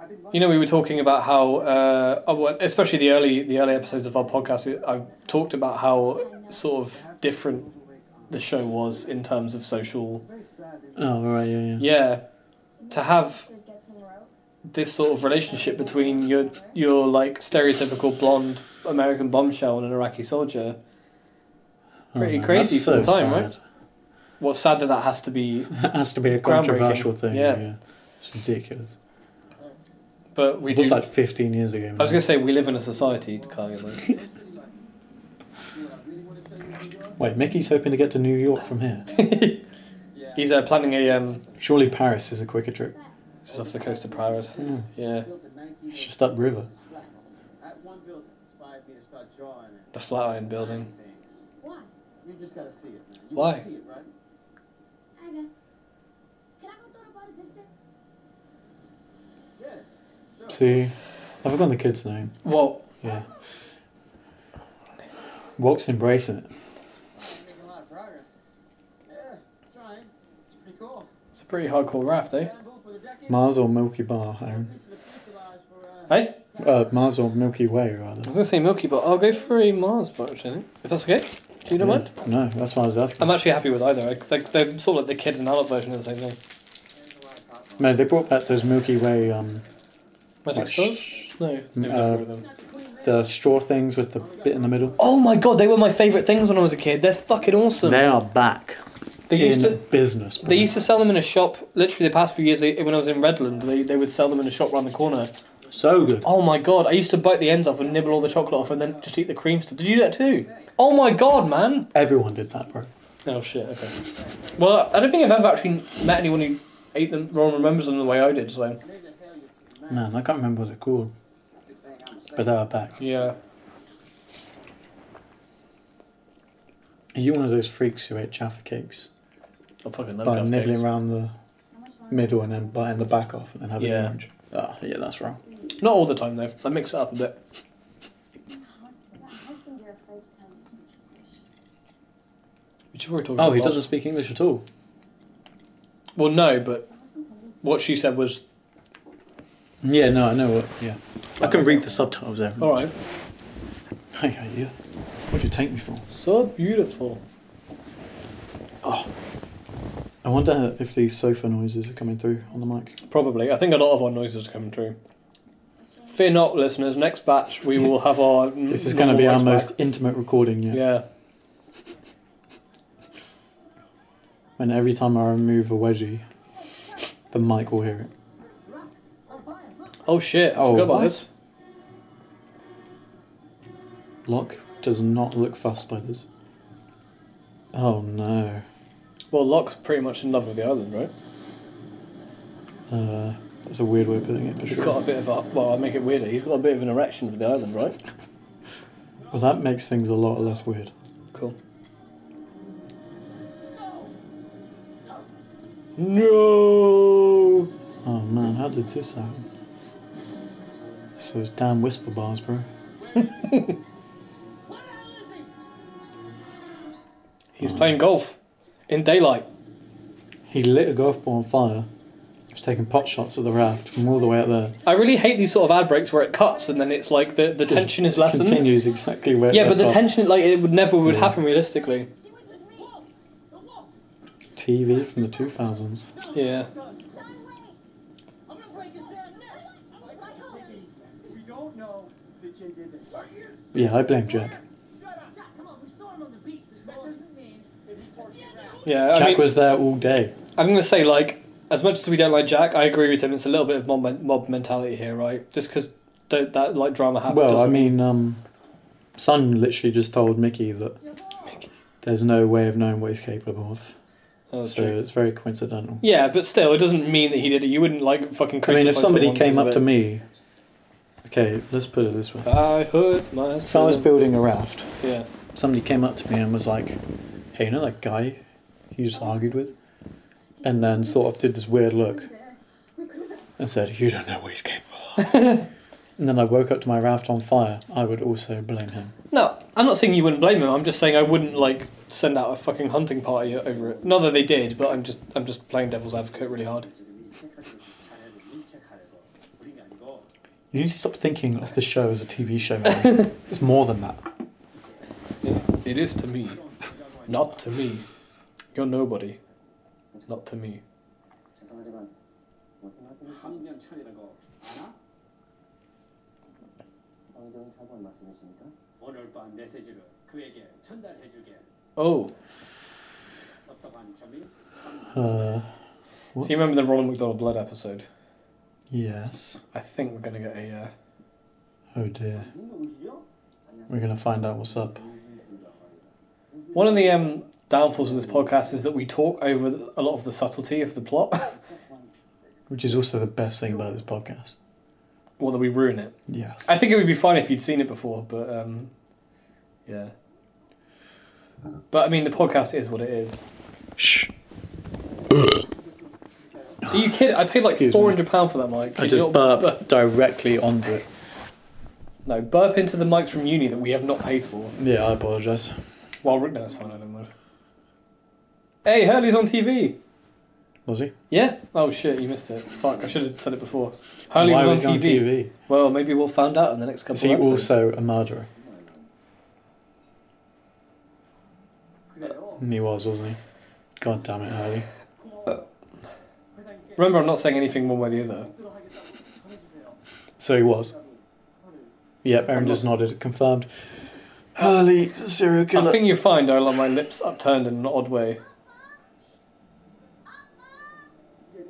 [SPEAKER 4] I've been
[SPEAKER 1] you know, we were talking about how, uh, oh, well, especially the early the early episodes of our podcast, we- I've talked about how sort of different the show was in terms of social.
[SPEAKER 2] Oh right, yeah, yeah.
[SPEAKER 1] Yeah, to have
[SPEAKER 5] Should get some rope.
[SPEAKER 1] this sort of relationship between your your like stereotypical blonde American bombshell and an Iraqi soldier.
[SPEAKER 2] Oh,
[SPEAKER 1] Pretty
[SPEAKER 2] man,
[SPEAKER 1] crazy
[SPEAKER 2] that's
[SPEAKER 1] for the
[SPEAKER 2] so
[SPEAKER 1] time, right? What's sad that that has to be,
[SPEAKER 2] sad. It has to be a
[SPEAKER 1] Groundbreaking.
[SPEAKER 2] controversial thing.
[SPEAKER 1] Yeah.
[SPEAKER 2] Yeah. It's ridiculous.
[SPEAKER 1] but we
[SPEAKER 2] it was
[SPEAKER 1] do.
[SPEAKER 2] like 15 years ago.
[SPEAKER 1] I was going to say we live in a society, Kyle. Like,
[SPEAKER 2] Wait, Mickey's hoping to get to New York from here.
[SPEAKER 1] he's uh, planning a um,
[SPEAKER 2] Surely Paris is a quicker trip.
[SPEAKER 1] just off the coast of Paris.
[SPEAKER 2] Mm.
[SPEAKER 1] Yeah,
[SPEAKER 2] It's just upriver.
[SPEAKER 3] At one building, it's five meters, start drawing and
[SPEAKER 1] the Flatiron Building.
[SPEAKER 3] designing things.
[SPEAKER 5] Why?
[SPEAKER 3] You just gotta see it, man. You
[SPEAKER 1] Why?
[SPEAKER 3] wanna see it, right?
[SPEAKER 5] I guess. Can I go throw the ball to Vincent?
[SPEAKER 3] Yeah. Sure.
[SPEAKER 2] See, I've forgotten the kid's name.
[SPEAKER 1] Well,
[SPEAKER 2] Yeah. Walk's embracing it.
[SPEAKER 3] You're making a lot of progress. Yeah, trying. It's pretty cool.
[SPEAKER 1] it's a pretty hardcore raft, eh?
[SPEAKER 3] Bamboo for the decking.
[SPEAKER 2] Mars or Milky Bar,
[SPEAKER 3] Or at
[SPEAKER 2] Aaron.
[SPEAKER 3] least for the fuselage for, uh,
[SPEAKER 1] Hey,
[SPEAKER 2] Uh, Mars or Milky Way,
[SPEAKER 1] I
[SPEAKER 2] rather.
[SPEAKER 1] was going to say Milky, but I'll go for a Mars bar actually, eh? if that's okay. Do you not mind?
[SPEAKER 2] No, that's why I was asking.
[SPEAKER 1] I'm actually happy with either. I- They, they're sort of like the kid and adult version of the same thing.
[SPEAKER 3] there's a lot of talk.
[SPEAKER 2] No, they brought back those Milky Way, um,
[SPEAKER 1] Magic
[SPEAKER 2] Like,
[SPEAKER 1] stars? No. they've done
[SPEAKER 2] uh,
[SPEAKER 1] more of them.
[SPEAKER 2] the straw things with the bit in the middle.
[SPEAKER 1] Oh my god, they were my favourite things when I was a kid. They're fucking awesome.
[SPEAKER 2] They are back
[SPEAKER 1] they used
[SPEAKER 2] in
[SPEAKER 1] to
[SPEAKER 2] business.
[SPEAKER 1] they used to sell them in a shop. Literally, the past few years, they, when I was in Redland, they, they would sell them in a shop around the corner.
[SPEAKER 2] so good.
[SPEAKER 1] Oh my god, I used to bite the ends off and nibble all the chocolate off and then just eat the cream stuff. Did you do that too? Oh my god, man!
[SPEAKER 2] Everyone did that, bro.
[SPEAKER 1] Oh shit, okay. Well, I don't think I've ever actually met anyone who ate them, or remembers them the way I did, so.
[SPEAKER 3] Maybe the hell you-
[SPEAKER 2] Man, I can't remember what they're called,
[SPEAKER 3] Good thing I'm safe.
[SPEAKER 2] but they are back.
[SPEAKER 1] Yeah.
[SPEAKER 2] Are you one of those freaks who ate Jaffa cakes
[SPEAKER 1] I Oh, fucking love
[SPEAKER 2] by
[SPEAKER 1] Jaffa
[SPEAKER 2] nibbling
[SPEAKER 1] cakes.
[SPEAKER 2] around the
[SPEAKER 5] How much longer?
[SPEAKER 2] middle and then biting the back off and then having
[SPEAKER 1] Yeah.
[SPEAKER 2] the orange? Oh, yeah, that's wrong.
[SPEAKER 1] Not all the time, though. I mix it up a bit.
[SPEAKER 5] It's my husband. That husband you're afraid to tell me so much English.
[SPEAKER 1] Which is what we're talking
[SPEAKER 2] Oh,
[SPEAKER 1] about.
[SPEAKER 2] he doesn't speak English at all.
[SPEAKER 1] Well, no, but
[SPEAKER 5] He hasn't told me so
[SPEAKER 1] what she said was, Mm.
[SPEAKER 2] Yeah, no, I know what. Yeah, I can read the subtitles there.
[SPEAKER 1] alright,
[SPEAKER 2] Hey, hey, yeah. What do you take me for?
[SPEAKER 1] so beautiful.
[SPEAKER 2] I wonder if these sofa noises are coming through on the mic.
[SPEAKER 1] Probably. I think a lot of our noises are coming through. Fear not, listeners. Next batch, we will have our.
[SPEAKER 2] This is going to be our
[SPEAKER 1] normal voice
[SPEAKER 2] most intimate recording
[SPEAKER 1] back.
[SPEAKER 2] yet.
[SPEAKER 1] Yeah.
[SPEAKER 2] And every time I remove a wedgie, the mic will hear it.
[SPEAKER 1] Oh shit! I
[SPEAKER 2] Oh,
[SPEAKER 1] forgot about
[SPEAKER 2] what?
[SPEAKER 1] this.
[SPEAKER 2] Locke does not look fussed by this. Oh no.
[SPEAKER 1] Well, Locke's pretty much in love with the island, right?
[SPEAKER 2] Uh, that's a weird way of putting it. But
[SPEAKER 1] He's
[SPEAKER 2] sure.
[SPEAKER 1] got a bit of a well. I make it weirder. He's got a bit of an erection for the island, right?
[SPEAKER 2] Well, that makes things a lot less weird.
[SPEAKER 1] Cool. No.
[SPEAKER 2] Oh man, how did this happen? So it's damn whisper bars, bro.
[SPEAKER 1] He's playing golf in daylight.
[SPEAKER 2] He lit a golf ball on fire. He was taking pot shots at the raft from all the way up there.
[SPEAKER 1] I really hate these sort of ad breaks where it cuts and then it's like the, the tension is lessened.
[SPEAKER 2] Continues exactly where. it
[SPEAKER 1] Yeah, but the
[SPEAKER 2] left off.
[SPEAKER 1] tension like it would never would happen realistically.
[SPEAKER 2] TV from the two thousands.
[SPEAKER 1] Yeah.
[SPEAKER 6] We don't know that Jay did this.
[SPEAKER 2] Yeah, I blame Jack.
[SPEAKER 6] Shut up! Jack, come on, we saw him on the beach this morning. That doesn't mean that he tortured Ralph.
[SPEAKER 1] Yeah. I
[SPEAKER 2] Jack
[SPEAKER 1] mean,
[SPEAKER 2] was there all day.
[SPEAKER 1] I'm gonna say like as much as we don't like Jack, I agree with him. It's a little bit of mob, men- mob mentality here, right? Just because that, that like drama happened.
[SPEAKER 2] Well, I
[SPEAKER 1] doesn't-
[SPEAKER 2] mean, um, Son literally just told Mickey that there's no way of knowing what he's capable of.
[SPEAKER 1] Oh, that's
[SPEAKER 2] so
[SPEAKER 1] true.
[SPEAKER 2] it's very coincidental.
[SPEAKER 1] Yeah, but still, it doesn't mean that he did it. You wouldn't like fucking.
[SPEAKER 2] I mean, if
[SPEAKER 1] crucify
[SPEAKER 2] somebody
[SPEAKER 1] someone
[SPEAKER 2] came
[SPEAKER 1] because
[SPEAKER 2] up to
[SPEAKER 1] of
[SPEAKER 2] me, okay, let's put it this way:
[SPEAKER 1] it. I hurt
[SPEAKER 2] if I was
[SPEAKER 1] myself.
[SPEAKER 2] building a raft,
[SPEAKER 1] yeah.
[SPEAKER 2] somebody came up to me and was like, "Hey, you know that guy you just argued with?" And then sort of did this weird look and said, "You don't know what he's capable of." and then I woke up to my raft on fire. I would also blame him.
[SPEAKER 1] No, I'm not saying you wouldn't blame him. I'm just saying I wouldn't like send out a fucking hunting party over it. Not that they did, but I'm just I'm just playing devil's advocate really hard.
[SPEAKER 2] You need to stop thinking of the show as a TV show. man. it's more than that.
[SPEAKER 1] It is to me, not to me. You're nobody, not to me.
[SPEAKER 6] 오늘 밤 메시지를 그에게 전달해주게.
[SPEAKER 1] Oh,
[SPEAKER 6] 섭섭한 점이
[SPEAKER 2] Uh,
[SPEAKER 1] so you remember the Ronald McDonald Blood episode?
[SPEAKER 2] yes.
[SPEAKER 1] I think we're gonna get a. Uh,
[SPEAKER 2] Oh dear. We're gonna find out what's up.
[SPEAKER 1] One of the um, downfalls of this podcast is that we talk over a lot of the subtlety of the plot,
[SPEAKER 2] Which is also the best thing about this podcast.
[SPEAKER 1] or that we ruin it.
[SPEAKER 2] Yes.
[SPEAKER 1] I think it would be fine if you'd seen it before, but um, yeah. But I mean, the podcast is what it is.
[SPEAKER 2] Shh.
[SPEAKER 1] Are you kidding? I paid like
[SPEAKER 2] Excuse me.
[SPEAKER 1] four hundred pound for that mic.
[SPEAKER 2] I
[SPEAKER 1] Could you
[SPEAKER 2] just
[SPEAKER 1] not
[SPEAKER 2] burped directly onto it.
[SPEAKER 1] burp- No, burp into the mics from uni that we have not paid for.
[SPEAKER 2] Yeah, I apologise.
[SPEAKER 1] Well, Rick, no, that's fine. I don't mind. Hey, Hurley's on TV.
[SPEAKER 2] Was he?
[SPEAKER 1] Yeah. Oh shit, you missed it. Fuck, I should have said it before. Hurley
[SPEAKER 2] Why
[SPEAKER 1] was, on,
[SPEAKER 2] he
[SPEAKER 1] TV. Well, maybe we'll find out in the next couple.
[SPEAKER 2] Is he
[SPEAKER 1] of episodes.
[SPEAKER 2] also a murderer?
[SPEAKER 6] 그래요.
[SPEAKER 2] And he was, wasn't he? God damn it, Harley.
[SPEAKER 6] 고마워요. 회장님께
[SPEAKER 1] Remember, I'm not saying anything one way or the other.
[SPEAKER 6] 들어가겠다고 전해주세요.
[SPEAKER 2] So he was. Yep, Aaron just nodded, confirmed. Harley, the serial
[SPEAKER 1] I
[SPEAKER 2] killer.
[SPEAKER 1] think you find I like my lips upturned in an odd way.
[SPEAKER 6] 이게는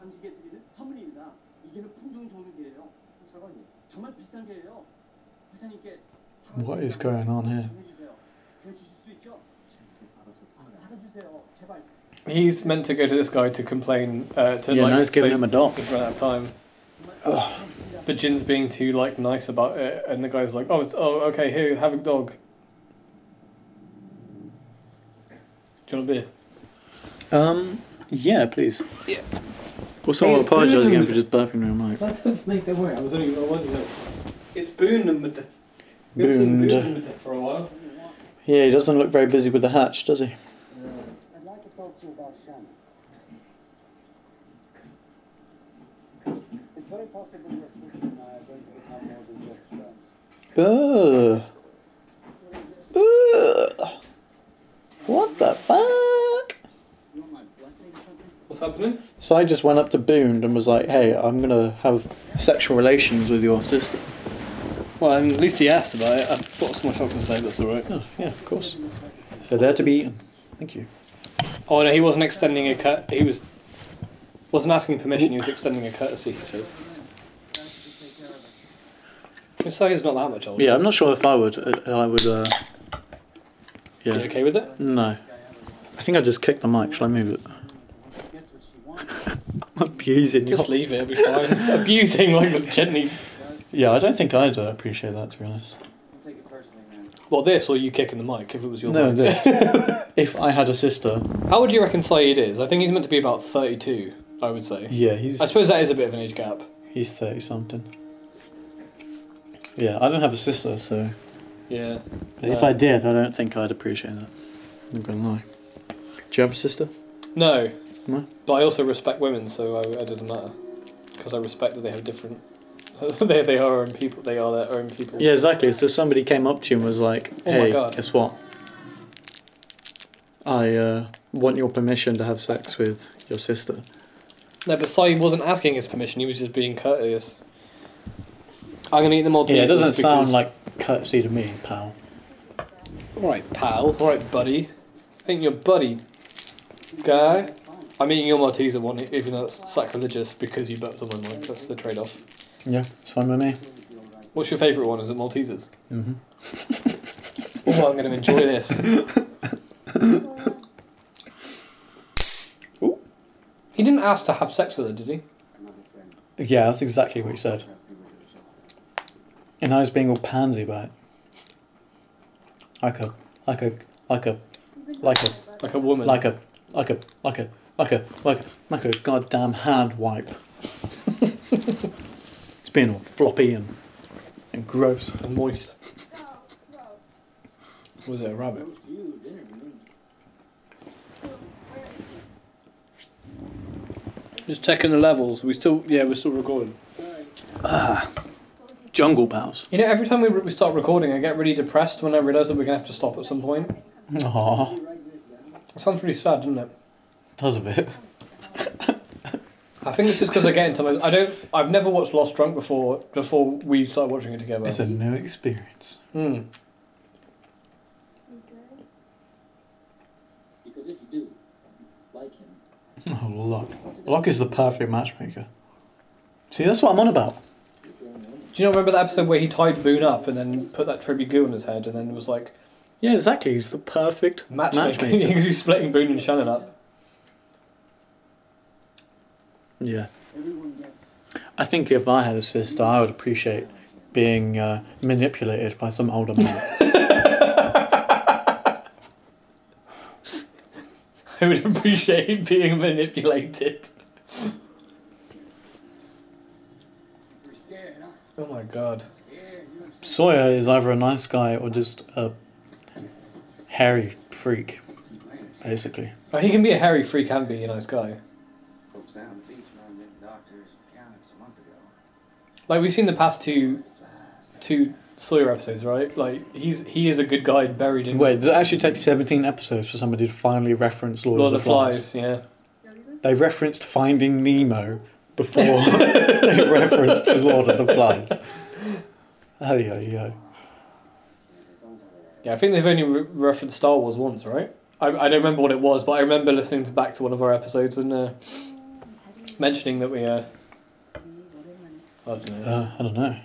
[SPEAKER 6] 당신께 드리는 선물입니다. 이게는 품종 종류예요. 저건 정말 비싼 게예요. 회장님께
[SPEAKER 2] What is going on here?
[SPEAKER 6] 전해주세요. 가르쳐줄 수 있죠? 가르쳐주세요. 제발.
[SPEAKER 1] He's meant to go to this guy to complain. Uh, to
[SPEAKER 2] yeah,
[SPEAKER 1] like,
[SPEAKER 2] now he's giving
[SPEAKER 1] say-
[SPEAKER 2] him a dot.
[SPEAKER 1] We've run out of time. But Jin's being too like nice about it, and the guy's like, "Oh, it's oh okay. Here, have a dog. Do you want a beer?
[SPEAKER 2] Um, yeah, please.
[SPEAKER 1] Yeah.
[SPEAKER 2] Also,
[SPEAKER 1] Hey,
[SPEAKER 2] I
[SPEAKER 1] it's
[SPEAKER 2] apologise again
[SPEAKER 1] Boone.
[SPEAKER 2] for just burping around my mic.
[SPEAKER 1] That's good, mate. Don't worry. I was only I wasn't. It's Boone number.
[SPEAKER 2] Booned.
[SPEAKER 1] for a while.
[SPEAKER 2] Yeah, he doesn't look very busy with the hatch, does he?
[SPEAKER 4] I'd like to talk to you about Shannon. It's very possible your sister and I are going to become more than just friends.
[SPEAKER 2] Ugh. Ugh. What the fuck?
[SPEAKER 4] You want my blessing or something?
[SPEAKER 1] What's happening?
[SPEAKER 2] So I just went up to Boone and was like, hey, I'm gonna have sexual relations with your sister.
[SPEAKER 1] Well, and at least he asked about it. I've got some more chocolate say that's all right.
[SPEAKER 2] Oh, yeah, of course. They're there to be eaten. Thank you.
[SPEAKER 1] Oh no, he wasn't extending a cut. He was wasn't asking permission. He was extending a courtesy. He says. Messiah's not that much older.
[SPEAKER 2] Yeah, I'm not sure if I would. uh, I would. Uh, yeah.
[SPEAKER 1] You okay with it?
[SPEAKER 2] No. I think I just kicked the mic. Shall I move it?
[SPEAKER 4] Gets what she wants.
[SPEAKER 2] I'm abusing you.
[SPEAKER 1] Just leave it, it'll be fine. Abusing, like, gently.
[SPEAKER 2] Yeah, I don't think I'd uh, appreciate that, to be honest.
[SPEAKER 4] Don't take it personally, man.
[SPEAKER 1] Well, this, or you kicking the mic if it was your
[SPEAKER 2] No,
[SPEAKER 1] mic.
[SPEAKER 2] this. if I had a sister,
[SPEAKER 1] How would you reconcile it is? I think he's meant to be about 32, I would say.
[SPEAKER 2] yeah, he's
[SPEAKER 1] I suppose that is a bit of an age gap.
[SPEAKER 2] he's thirty something. Yeah, I don't have a sister, so
[SPEAKER 1] Yeah.
[SPEAKER 2] but if I did, I don't think I'd appreciate that. I'm not gonna lie. Do you have a sister?
[SPEAKER 1] No.
[SPEAKER 2] No?
[SPEAKER 1] But I also respect women, so I, it doesn't matter. Because I respect that they have different. they, they are our own people. They are their own people.
[SPEAKER 2] Yeah, exactly. So if somebody came up to you and was like,
[SPEAKER 1] Oh my
[SPEAKER 2] "Hey,
[SPEAKER 1] God.
[SPEAKER 2] guess what? I uh, want your permission to have sex with your sister."
[SPEAKER 1] No, but Sai wasn't asking his permission, he was just being courteous. I'm going to eat the Maltesers.
[SPEAKER 2] Yeah, it doesn't sound
[SPEAKER 1] because-
[SPEAKER 2] like courtesy to me, pal.
[SPEAKER 1] Alright, pal. Alright, buddy. I think your buddy. Guy. I'm eating your Malteser one, even though it's sacrilegious because you burped on my mic. That's the trade off.
[SPEAKER 2] Yeah, it's fine with me.
[SPEAKER 1] What's your favourite one? Is it Maltesers?
[SPEAKER 2] hmm Mm-hmm.
[SPEAKER 1] Oh, I'm going to enjoy this. He didn't ask to have sex with her, did he?
[SPEAKER 4] Another friend.
[SPEAKER 2] Yeah, that's exactly what he said.
[SPEAKER 4] Happy with herself.
[SPEAKER 2] And I was being all pansy about it. Like a, like a, like a, like a,
[SPEAKER 1] Like a woman.
[SPEAKER 2] like a, like a, like a, like a, like a, like a goddamn hand wipe. it's being all floppy and, and gross.
[SPEAKER 1] and moist. Was it a rabbit?
[SPEAKER 4] Roast you, dinner to me.
[SPEAKER 1] Just checking the levels. We still, yeah, we're still recording.
[SPEAKER 2] Jungle bows.
[SPEAKER 1] You know, every time we, re- we start recording, I get really depressed when I realise that we're gonna have to stop at some point.
[SPEAKER 2] Aw,
[SPEAKER 1] It sounds really sad, doesn't it?
[SPEAKER 2] does a bit.
[SPEAKER 1] I think it's just because I get into my. I don't. I've never watched Lost Drunk before. Before we started watching it together.
[SPEAKER 2] It's a new experience.
[SPEAKER 1] Mm.
[SPEAKER 4] Because if you do, like him,
[SPEAKER 2] Oh, Locke. Locke is the perfect matchmaker. See, that's what I'm on about.
[SPEAKER 4] you're growing old.
[SPEAKER 1] Do you not remember that episode where he tied Boone up and then put that tribute goo on his head and then was like
[SPEAKER 2] Yeah, exactly. He's the perfect
[SPEAKER 1] matchmaking because he's splitting Boone and Shannon up?
[SPEAKER 2] Yeah.
[SPEAKER 4] Everyone gets
[SPEAKER 2] I think if I had a sister, I would appreciate being uh, manipulated by some older man.
[SPEAKER 1] I would appreciate being manipulated.
[SPEAKER 4] You're scared, huh?
[SPEAKER 1] Oh my god.
[SPEAKER 4] Scared. You don't see
[SPEAKER 2] Sawyer is either a nice guy or just a hairy freak, basically.
[SPEAKER 1] Oh, he can be a hairy freak and be a nice guy.
[SPEAKER 4] folks down the beach around the doctors accountants a month ago.
[SPEAKER 1] Like we've seen the past two, two Sawyer episodes, right? Like he's he is a good guy buried in
[SPEAKER 2] Wait, did it actually take 17 episodes for somebody to finally reference Lord,
[SPEAKER 1] Lord
[SPEAKER 2] of the Flies?
[SPEAKER 1] Yeah.
[SPEAKER 2] They referenced Finding Nemo before they referenced Lord of the Flies. Oh, yo, yo.
[SPEAKER 1] Yeah, I think they've only re- referenced Star Wars once, right? I, I don't remember what it was, but I remember listening to back to one of our episodes and uh, mentioning that we. Uh, I don't know.
[SPEAKER 2] Uh, I don't know.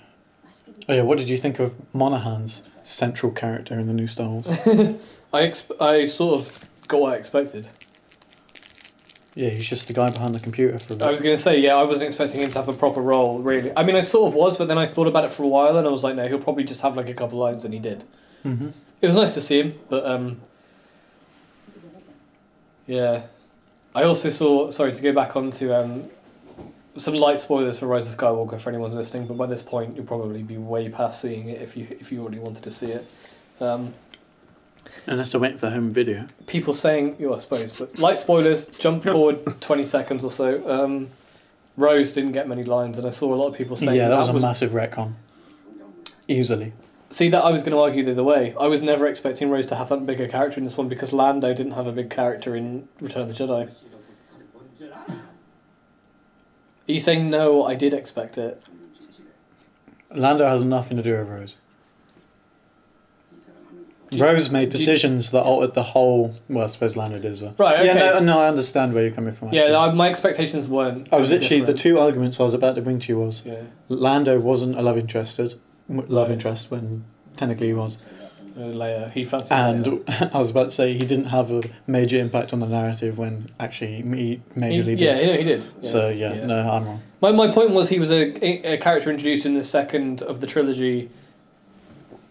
[SPEAKER 2] Oh, yeah, what did you think of Monaghan's central character in the new Star Wars?
[SPEAKER 1] I exp- I sort of got what I expected.
[SPEAKER 2] Yeah, he's just the guy behind the computer for a bit.
[SPEAKER 1] I was gonna say yeah, I wasn't expecting him to have a proper role really. I mean, I sort of was, but then I thought about it for a while and I was like, no, he'll probably just have like a couple lines, and he did.
[SPEAKER 2] hmm
[SPEAKER 1] It was nice to see him, but um, yeah. I also saw. Sorry to go back onto um, some light spoilers for Rise of Skywalker for anyone listening, but by this point you'll probably be way past seeing it if you if you already wanted to see it. Um,
[SPEAKER 2] Unless I wait for home video.
[SPEAKER 1] people saying, you I suppose, but light spoilers. Jump forward twenty seconds or so. Um, Rose didn't get many lines, and I saw a lot of people saying
[SPEAKER 2] yeah, that, was
[SPEAKER 1] that
[SPEAKER 2] a
[SPEAKER 1] was
[SPEAKER 2] massive retcon. Easily.
[SPEAKER 1] See that I was going to argue the other way. I was never expecting Rose to have that big a character in this one because Lando didn't have a big character in Return of the Jedi. Are you saying no? I did expect it.
[SPEAKER 2] Lando has nothing to do with Rose. Rose made
[SPEAKER 1] do you-
[SPEAKER 2] decisions that altered the whole. Well, I suppose Lando did as well.
[SPEAKER 1] Right,
[SPEAKER 2] Yeah,
[SPEAKER 1] okay.
[SPEAKER 2] no, no, I understand where you're coming from.
[SPEAKER 1] Yeah,
[SPEAKER 2] actually.
[SPEAKER 1] I, my expectations weren't.
[SPEAKER 2] I Oh, was literally the
[SPEAKER 1] different.
[SPEAKER 2] two arguments I was about to bring to you was
[SPEAKER 1] Yeah.
[SPEAKER 2] Lando wasn't a love interested, m- love interest when technically he was.
[SPEAKER 1] Uh, Leia, he fancied Leia.
[SPEAKER 2] And I was about to say he didn't have a major impact on the narrative when actually he
[SPEAKER 1] He-
[SPEAKER 2] majorly did.
[SPEAKER 1] yeah, he, no, he did. Yeah.
[SPEAKER 2] So yeah, no, I'm wrong.
[SPEAKER 1] My, my point was he was a, a character introduced in the second of the trilogy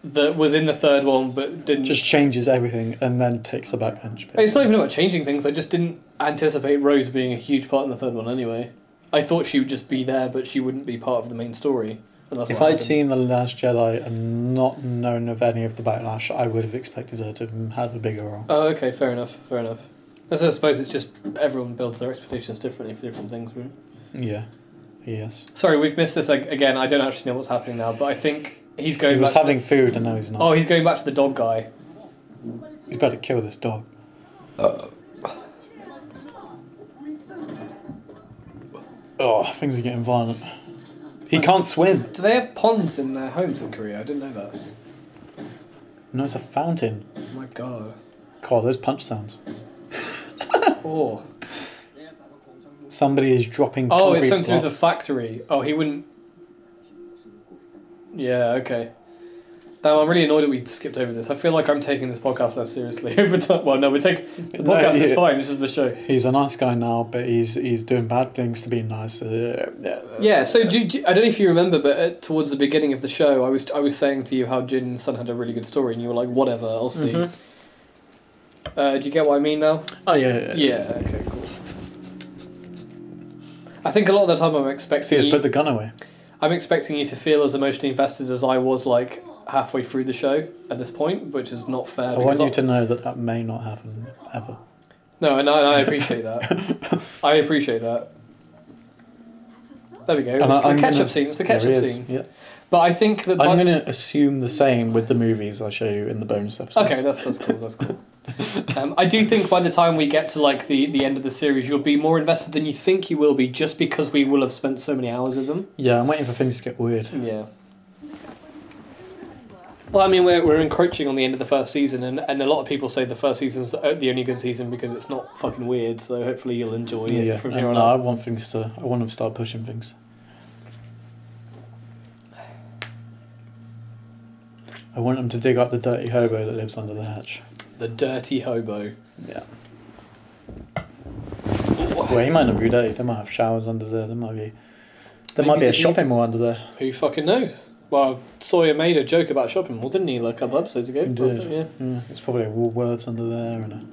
[SPEAKER 1] that was in the third one but didn't.
[SPEAKER 2] Just changes everything and then takes a backbench. bit.
[SPEAKER 1] it's not even about changing things. I just didn't anticipate Rose being a huge part in the third one anyway. I thought she would just be there, but she wouldn't be part of the main story. And that's
[SPEAKER 2] if
[SPEAKER 1] what
[SPEAKER 2] I'd
[SPEAKER 1] happened.
[SPEAKER 2] seen The Last Jedi and not known of any of the backlash, I would have expected her to have a bigger role.
[SPEAKER 1] Oh, okay, fair enough, fair enough. I s- I suppose it's just everyone builds their expectations differently for different things. Really.
[SPEAKER 2] Yeah. Yes.
[SPEAKER 1] Sorry, we've missed this ag- again. I don't actually know what's happening now, but I think he's going
[SPEAKER 2] He was
[SPEAKER 1] back. to
[SPEAKER 2] having food and now he's
[SPEAKER 1] the-
[SPEAKER 2] not.
[SPEAKER 1] oh, he's going back to the dog guy.
[SPEAKER 2] He's better kill this dog.
[SPEAKER 1] Uh.
[SPEAKER 2] Oh, things are getting violent. He can't swim.
[SPEAKER 1] Do they have ponds in their homes in Korea? I didn't know that.
[SPEAKER 2] No, it's a fountain.
[SPEAKER 1] my god.
[SPEAKER 2] God, those punch sounds.
[SPEAKER 1] Oh.
[SPEAKER 2] Somebody is dropping.
[SPEAKER 1] Oh, it's something
[SPEAKER 2] concrete
[SPEAKER 1] to do with the
[SPEAKER 2] block.
[SPEAKER 1] factory. Oh, he wouldn't. Yeah, okay. Now I'm really annoyed that we skipped over this. I feel like I'm taking this podcast less seriously over time. Well, no, we take the
[SPEAKER 2] No,
[SPEAKER 1] podcast is
[SPEAKER 2] yeah.
[SPEAKER 1] fine. This is the show.
[SPEAKER 2] He's a nice guy now, but he's he's doing bad things to be nice. Uh,
[SPEAKER 1] Yeah. So do, do- I don't know if you remember, but uh, towards the beginning of the show, I was I was saying to you how Jin and Sun had a really good story, and you were like, "Whatever, I'll see."
[SPEAKER 2] Mhm. Mm-hmm.
[SPEAKER 1] Uh, do you get what I mean now?
[SPEAKER 2] Oh yeah.
[SPEAKER 1] Yeah, okay, cool. I think a lot of the time I'm
[SPEAKER 2] See,
[SPEAKER 1] expecting
[SPEAKER 2] he's
[SPEAKER 1] you,
[SPEAKER 2] put the gun away.
[SPEAKER 1] I'm expecting you to feel as emotionally invested as I was like halfway through the show at this point, which is not fair.
[SPEAKER 2] I
[SPEAKER 1] Uh, because
[SPEAKER 2] want
[SPEAKER 1] I-
[SPEAKER 2] you to know that that may not happen ever.
[SPEAKER 1] No, and I, and I appreciate that. I appreciate that. There we go.
[SPEAKER 2] And I-
[SPEAKER 1] the
[SPEAKER 2] I'm
[SPEAKER 1] catch-up
[SPEAKER 2] gonna-
[SPEAKER 1] scene. It's the
[SPEAKER 2] There he
[SPEAKER 1] catch-up
[SPEAKER 2] is,
[SPEAKER 1] scene.
[SPEAKER 2] Yeah.
[SPEAKER 1] But I think that.
[SPEAKER 2] I'm
[SPEAKER 1] by-
[SPEAKER 2] going to assume the same with the movies I show you in the bonus episodes.
[SPEAKER 1] Okay, that's that's cool. That's cool. Um, I do think by the time we get to like the, the end of the series, you'll be more invested than you think you will be, just because we will have spent so many hours with them.
[SPEAKER 2] Yeah, I'm waiting for things to get weird.
[SPEAKER 1] Yeah. Well, I mean, we're, we're encroaching on the end of the first season, and, and a lot of people say the first season's the o- the only good season because it's not fucking weird, so hopefully you'll enjoy
[SPEAKER 2] Yeah,
[SPEAKER 1] it from
[SPEAKER 2] and
[SPEAKER 1] here on
[SPEAKER 2] no, I
[SPEAKER 1] out.
[SPEAKER 2] want things to. I want them to start pushing things. I want them to dig up the dirty hobo that lives under the hatch.
[SPEAKER 1] The Dirty Hobo.
[SPEAKER 2] Yeah. Well, he might not be dirty. They might have showers under there. There might be. There might
[SPEAKER 1] Maybe
[SPEAKER 2] be
[SPEAKER 1] they
[SPEAKER 2] a
[SPEAKER 1] do.
[SPEAKER 2] shopping mall under there.
[SPEAKER 1] Who fucking knows? Well, Sawyer made a joke about shopping mall, didn't he, like a couple episodes ago?
[SPEAKER 2] He
[SPEAKER 1] Last
[SPEAKER 2] did.
[SPEAKER 1] time, Yeah.
[SPEAKER 2] Yeah, it's probably a Woolworths under there and a.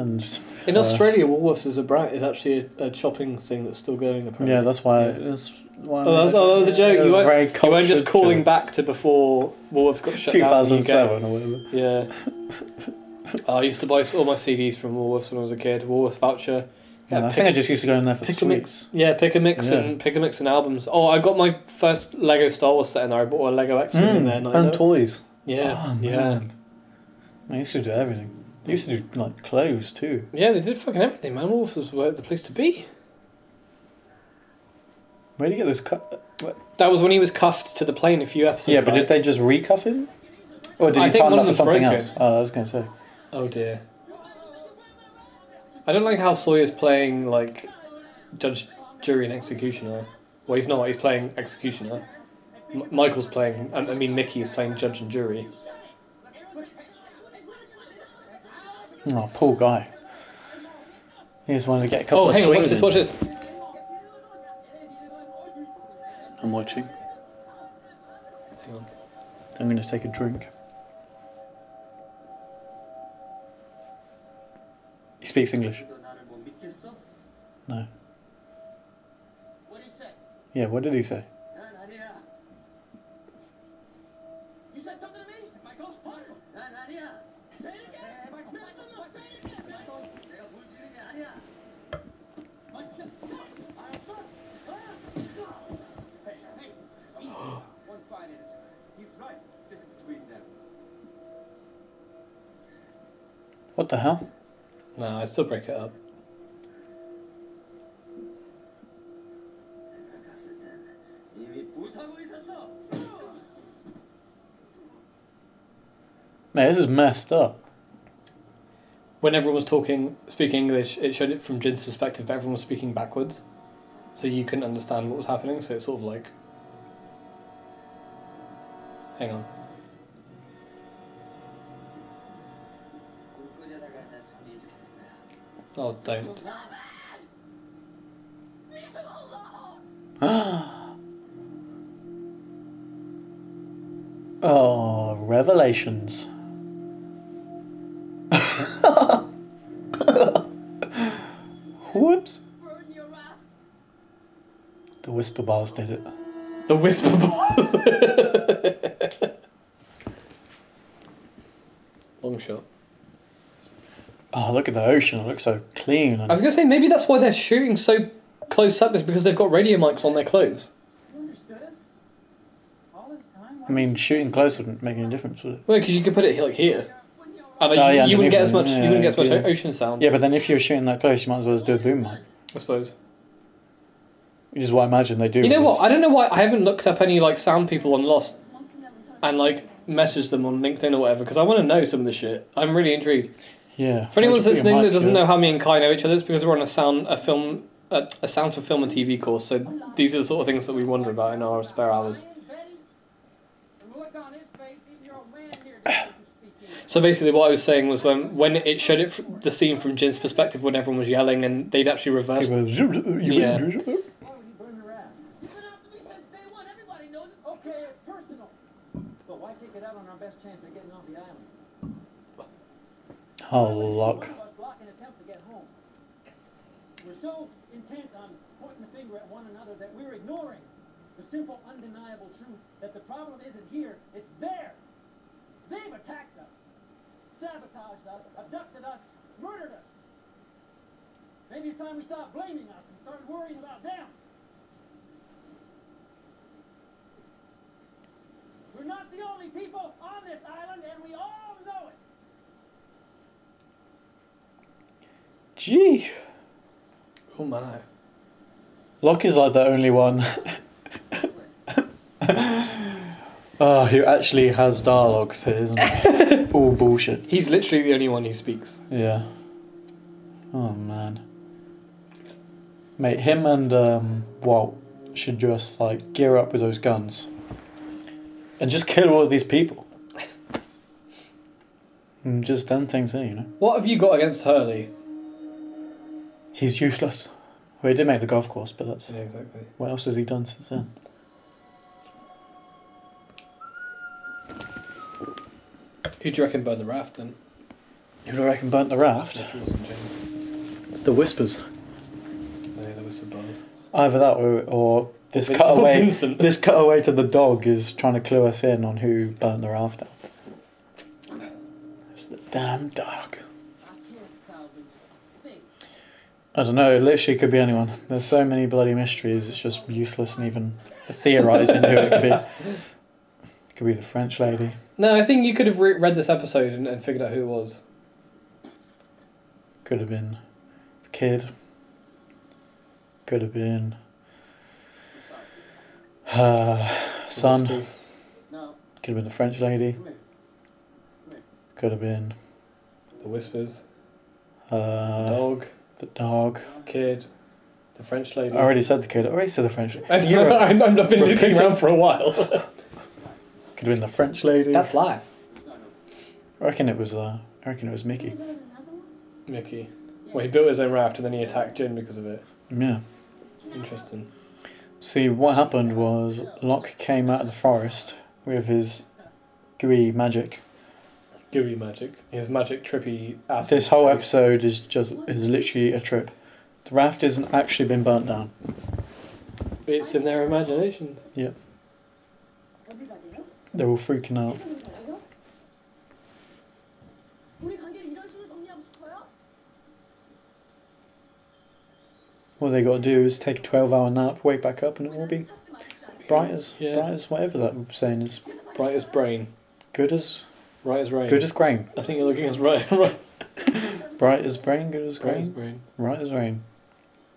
[SPEAKER 2] And
[SPEAKER 1] In
[SPEAKER 2] Uh,
[SPEAKER 1] Australia, Woolworths is a brand is actually a, a shopping thing that's still going. Apparently.
[SPEAKER 2] yeah, that's why.
[SPEAKER 1] Yeah.
[SPEAKER 2] That's why.
[SPEAKER 1] Oh, that's, oh, that was a joke.
[SPEAKER 2] It
[SPEAKER 1] you,
[SPEAKER 2] was very
[SPEAKER 1] weren't, you weren't just
[SPEAKER 2] cultured
[SPEAKER 1] calling
[SPEAKER 2] joke.
[SPEAKER 1] back to before Woolworths got shut down. in the UK.
[SPEAKER 2] 2007 or whatever.
[SPEAKER 1] Yeah. I used to buy all my CDs from Woolworths when I was a kid. Woolworths voucher.
[SPEAKER 2] Yeah, I
[SPEAKER 1] pick-
[SPEAKER 2] think I just used to go in there for
[SPEAKER 1] pick a
[SPEAKER 2] sweets.
[SPEAKER 1] Yeah, pick a mix
[SPEAKER 2] Yeah.
[SPEAKER 1] and pick a mix and albums. Oh, I got my first Lego Star Wars set in there. I bought a Lego X Men in there. And I
[SPEAKER 2] Hmm, and
[SPEAKER 1] know-
[SPEAKER 2] toys.
[SPEAKER 1] yeah,
[SPEAKER 2] Mm. Oh,
[SPEAKER 1] yeah,
[SPEAKER 2] man. They used to do everything. They used to do like clothes too.
[SPEAKER 1] yeah. They did fucking everything, man. Woolworths was where- the place to be.
[SPEAKER 2] Where did you get those? Cu-
[SPEAKER 1] That was when he was cuffed to the plane a few episodes.
[SPEAKER 2] yeah, but did
[SPEAKER 1] back.
[SPEAKER 2] they just recuff him? Or did
[SPEAKER 1] I
[SPEAKER 2] he
[SPEAKER 1] think
[SPEAKER 2] tie
[SPEAKER 1] one
[SPEAKER 2] it
[SPEAKER 1] of
[SPEAKER 2] up to
[SPEAKER 1] them's
[SPEAKER 2] something
[SPEAKER 1] broken.
[SPEAKER 2] else? Oh, I was going to say.
[SPEAKER 1] Oh dear. I don't like how Sawyer's playing like judge, jury, and executioner. Well, he's not. He's playing executioner. M- Michael's playing. um, I I mean, Mickey is playing judge and jury.
[SPEAKER 2] Oh, poor guy. He just wanted to get a couple
[SPEAKER 1] Oh,
[SPEAKER 2] of
[SPEAKER 1] hang on. Watch
[SPEAKER 2] swings.
[SPEAKER 1] this.
[SPEAKER 2] in.
[SPEAKER 1] Watch this.
[SPEAKER 2] I'm watching.
[SPEAKER 1] Hang on.
[SPEAKER 2] I'm going to take a drink. He speaks English. No.
[SPEAKER 3] What do you say?
[SPEAKER 2] Yeah, what did he say?
[SPEAKER 3] 난 아니야. You said something to me? Michael? Michael? 난 아니야. Say it again. Michael. No, no, no. Say it again. Michael. 내가 물지는 게 아니야. Michael. 알았어? 아!
[SPEAKER 6] Hey, hey, easy. One fine at a time. He's right. This is between them.
[SPEAKER 2] What the hell?
[SPEAKER 1] No, I still break it up.
[SPEAKER 3] 내가 갔을 땐 이미 불타고 있었어.
[SPEAKER 2] Man, this is messed up.
[SPEAKER 1] When everyone was talking, speaking English, it showed it from Jin's perspective, but everyone was speaking backwards, so you couldn't understand what was happening. So it's sort of like Hang on.
[SPEAKER 3] 꿀꿀이 나가다 손이 이렇게 된 거야.
[SPEAKER 1] Oh, don't.
[SPEAKER 2] Oh, revelations. Whoops. The whisper bars did it.
[SPEAKER 1] The whisper ball. Long shot.
[SPEAKER 2] Oh, look at the ocean. It looks so clean.
[SPEAKER 1] I was gonna say maybe that's why they're shooting so close up is because they've got radio mics on their clothes.
[SPEAKER 6] You understood us? All this time?
[SPEAKER 2] I mean, shooting close wouldn't make any difference, would it?
[SPEAKER 1] Well, because you could put it like here, and like,
[SPEAKER 2] Oh,
[SPEAKER 1] you,
[SPEAKER 2] yeah,
[SPEAKER 1] you wouldn't get as much.
[SPEAKER 2] underneath
[SPEAKER 1] you wouldn't get as
[SPEAKER 2] them,
[SPEAKER 1] much
[SPEAKER 2] yeah,
[SPEAKER 1] o- ocean sound.
[SPEAKER 2] Yeah, but then if you're shooting that close, you might as well just do a boom mic,
[SPEAKER 1] I suppose.
[SPEAKER 2] which is what I imagine they do.
[SPEAKER 1] You know
[SPEAKER 2] with
[SPEAKER 1] what?
[SPEAKER 2] this.
[SPEAKER 1] I don't know why I haven't looked up any like sound people on Lost
[SPEAKER 5] Want to know is all-
[SPEAKER 1] and like messaged them on LinkedIn or whatever because I want to know some of the shit. I'm really intrigued.
[SPEAKER 2] Yeah.
[SPEAKER 1] For anyone
[SPEAKER 2] Just put your
[SPEAKER 1] listening
[SPEAKER 2] mic
[SPEAKER 1] that
[SPEAKER 2] to
[SPEAKER 1] doesn't
[SPEAKER 2] it.
[SPEAKER 1] know how me and Kai know each other, it's because we're on a sound a film a, a sound for film and TV course. So these are the sort of things that we wonder about in our spare hours. So basically, what I was saying was when when it showed it fr- the scene from Jin's perspective when everyone was yelling and they'd actually reversed.
[SPEAKER 2] People go,
[SPEAKER 1] Yeah.
[SPEAKER 6] Why would you burn her ass? It's been after me since day one. Everybody knows it. Okay, it's personal. But why take it out on our best chance of getting off the island?
[SPEAKER 2] Oh, luck.
[SPEAKER 6] One of us block an attempt to get home. We're so intent on pointing the finger at one another that we're ignoring the simple, undeniable truth that the problem isn't here, it's there. They've attacked us, sabotaged us, abducted us, murdered us. Maybe it's time we stop blaming us and start worrying about them. We're not the only people on this island, and we all know it.
[SPEAKER 2] Gee.
[SPEAKER 1] Oh my!
[SPEAKER 2] Locke is like the only one. oh, who actually has dialogue that isn't all bullshit.
[SPEAKER 1] He's literally the only one who speaks.
[SPEAKER 2] Yeah. Oh man. Mate, him and um, Walt should just like gear up with those guns and just kill all of these people. and just done things there, you know.
[SPEAKER 1] What have you got against Hurley?
[SPEAKER 2] He's useless. Well, he did make the golf course, but that's
[SPEAKER 1] Yeah, exactly.
[SPEAKER 2] what else has he done since then?
[SPEAKER 1] Who do you reckon burned the raft then?
[SPEAKER 2] You would reckon burnt the raft? The whispers.
[SPEAKER 1] Oh, Yeah, that was for bars.
[SPEAKER 2] Either that or, or this
[SPEAKER 1] Vin-
[SPEAKER 2] cutaway.
[SPEAKER 1] Vincent.
[SPEAKER 2] This cutaway to the dog is trying to clue us in on who burnt the raft down. It's the damn dog.
[SPEAKER 6] I can't salvage a thing.
[SPEAKER 2] I don't know. It literally could be anyone. There's so many bloody mysteries. It's just useless and even theorising who it could be. It could be the French lady.
[SPEAKER 1] No, I think you could have re- read this episode and, and figured out who it was.
[SPEAKER 2] Could have been the kid. Could have been her
[SPEAKER 1] The
[SPEAKER 2] son.
[SPEAKER 1] Whispers.
[SPEAKER 6] No,
[SPEAKER 2] Could have been the French lady.
[SPEAKER 6] come here.
[SPEAKER 2] Could have been
[SPEAKER 1] The whispers.
[SPEAKER 2] uh,
[SPEAKER 1] dog.
[SPEAKER 2] the dog.
[SPEAKER 1] Kid. The French lady.
[SPEAKER 2] I already said the kid. I already said the French.
[SPEAKER 1] I
[SPEAKER 2] You were-
[SPEAKER 1] have been looking
[SPEAKER 2] repeating-
[SPEAKER 1] around for a while.
[SPEAKER 2] could have been the French lady.
[SPEAKER 1] That's life.
[SPEAKER 2] I reckon it was. Uh, I reckon it was Mickey.
[SPEAKER 5] Can we build another one?
[SPEAKER 1] Mickey. Well, he built his own raft and then he attacked Jin because of it.
[SPEAKER 2] Yeah.
[SPEAKER 5] Can I-
[SPEAKER 1] Interesting.
[SPEAKER 2] See, what happened was Locke came out of the forest with his gooey magic.
[SPEAKER 1] Gooey magic. His magic trippy ass.
[SPEAKER 2] This whole episode is just is literally a trip. The raft isn't actually been burnt down.
[SPEAKER 1] It's in their imagination.
[SPEAKER 5] 어디 가세요?
[SPEAKER 2] They're all freaking out.
[SPEAKER 5] 퇴근을 가요? 우리 관계를 이런 식으로 정리하고 싶어요?
[SPEAKER 2] All they got to do is take a twelve-hour nap, wake back up, and it will be
[SPEAKER 5] 사실 맞지 않아요.
[SPEAKER 2] bright as
[SPEAKER 1] Yeah.
[SPEAKER 2] bright as whatever that saying is.
[SPEAKER 1] Bright as brain.
[SPEAKER 2] Good as
[SPEAKER 1] Right as rain.
[SPEAKER 2] good as grain.
[SPEAKER 1] I think you're looking as right, right,
[SPEAKER 2] Bright as brain. Good as
[SPEAKER 1] right as
[SPEAKER 2] grain.
[SPEAKER 1] brain.
[SPEAKER 2] Right as rain.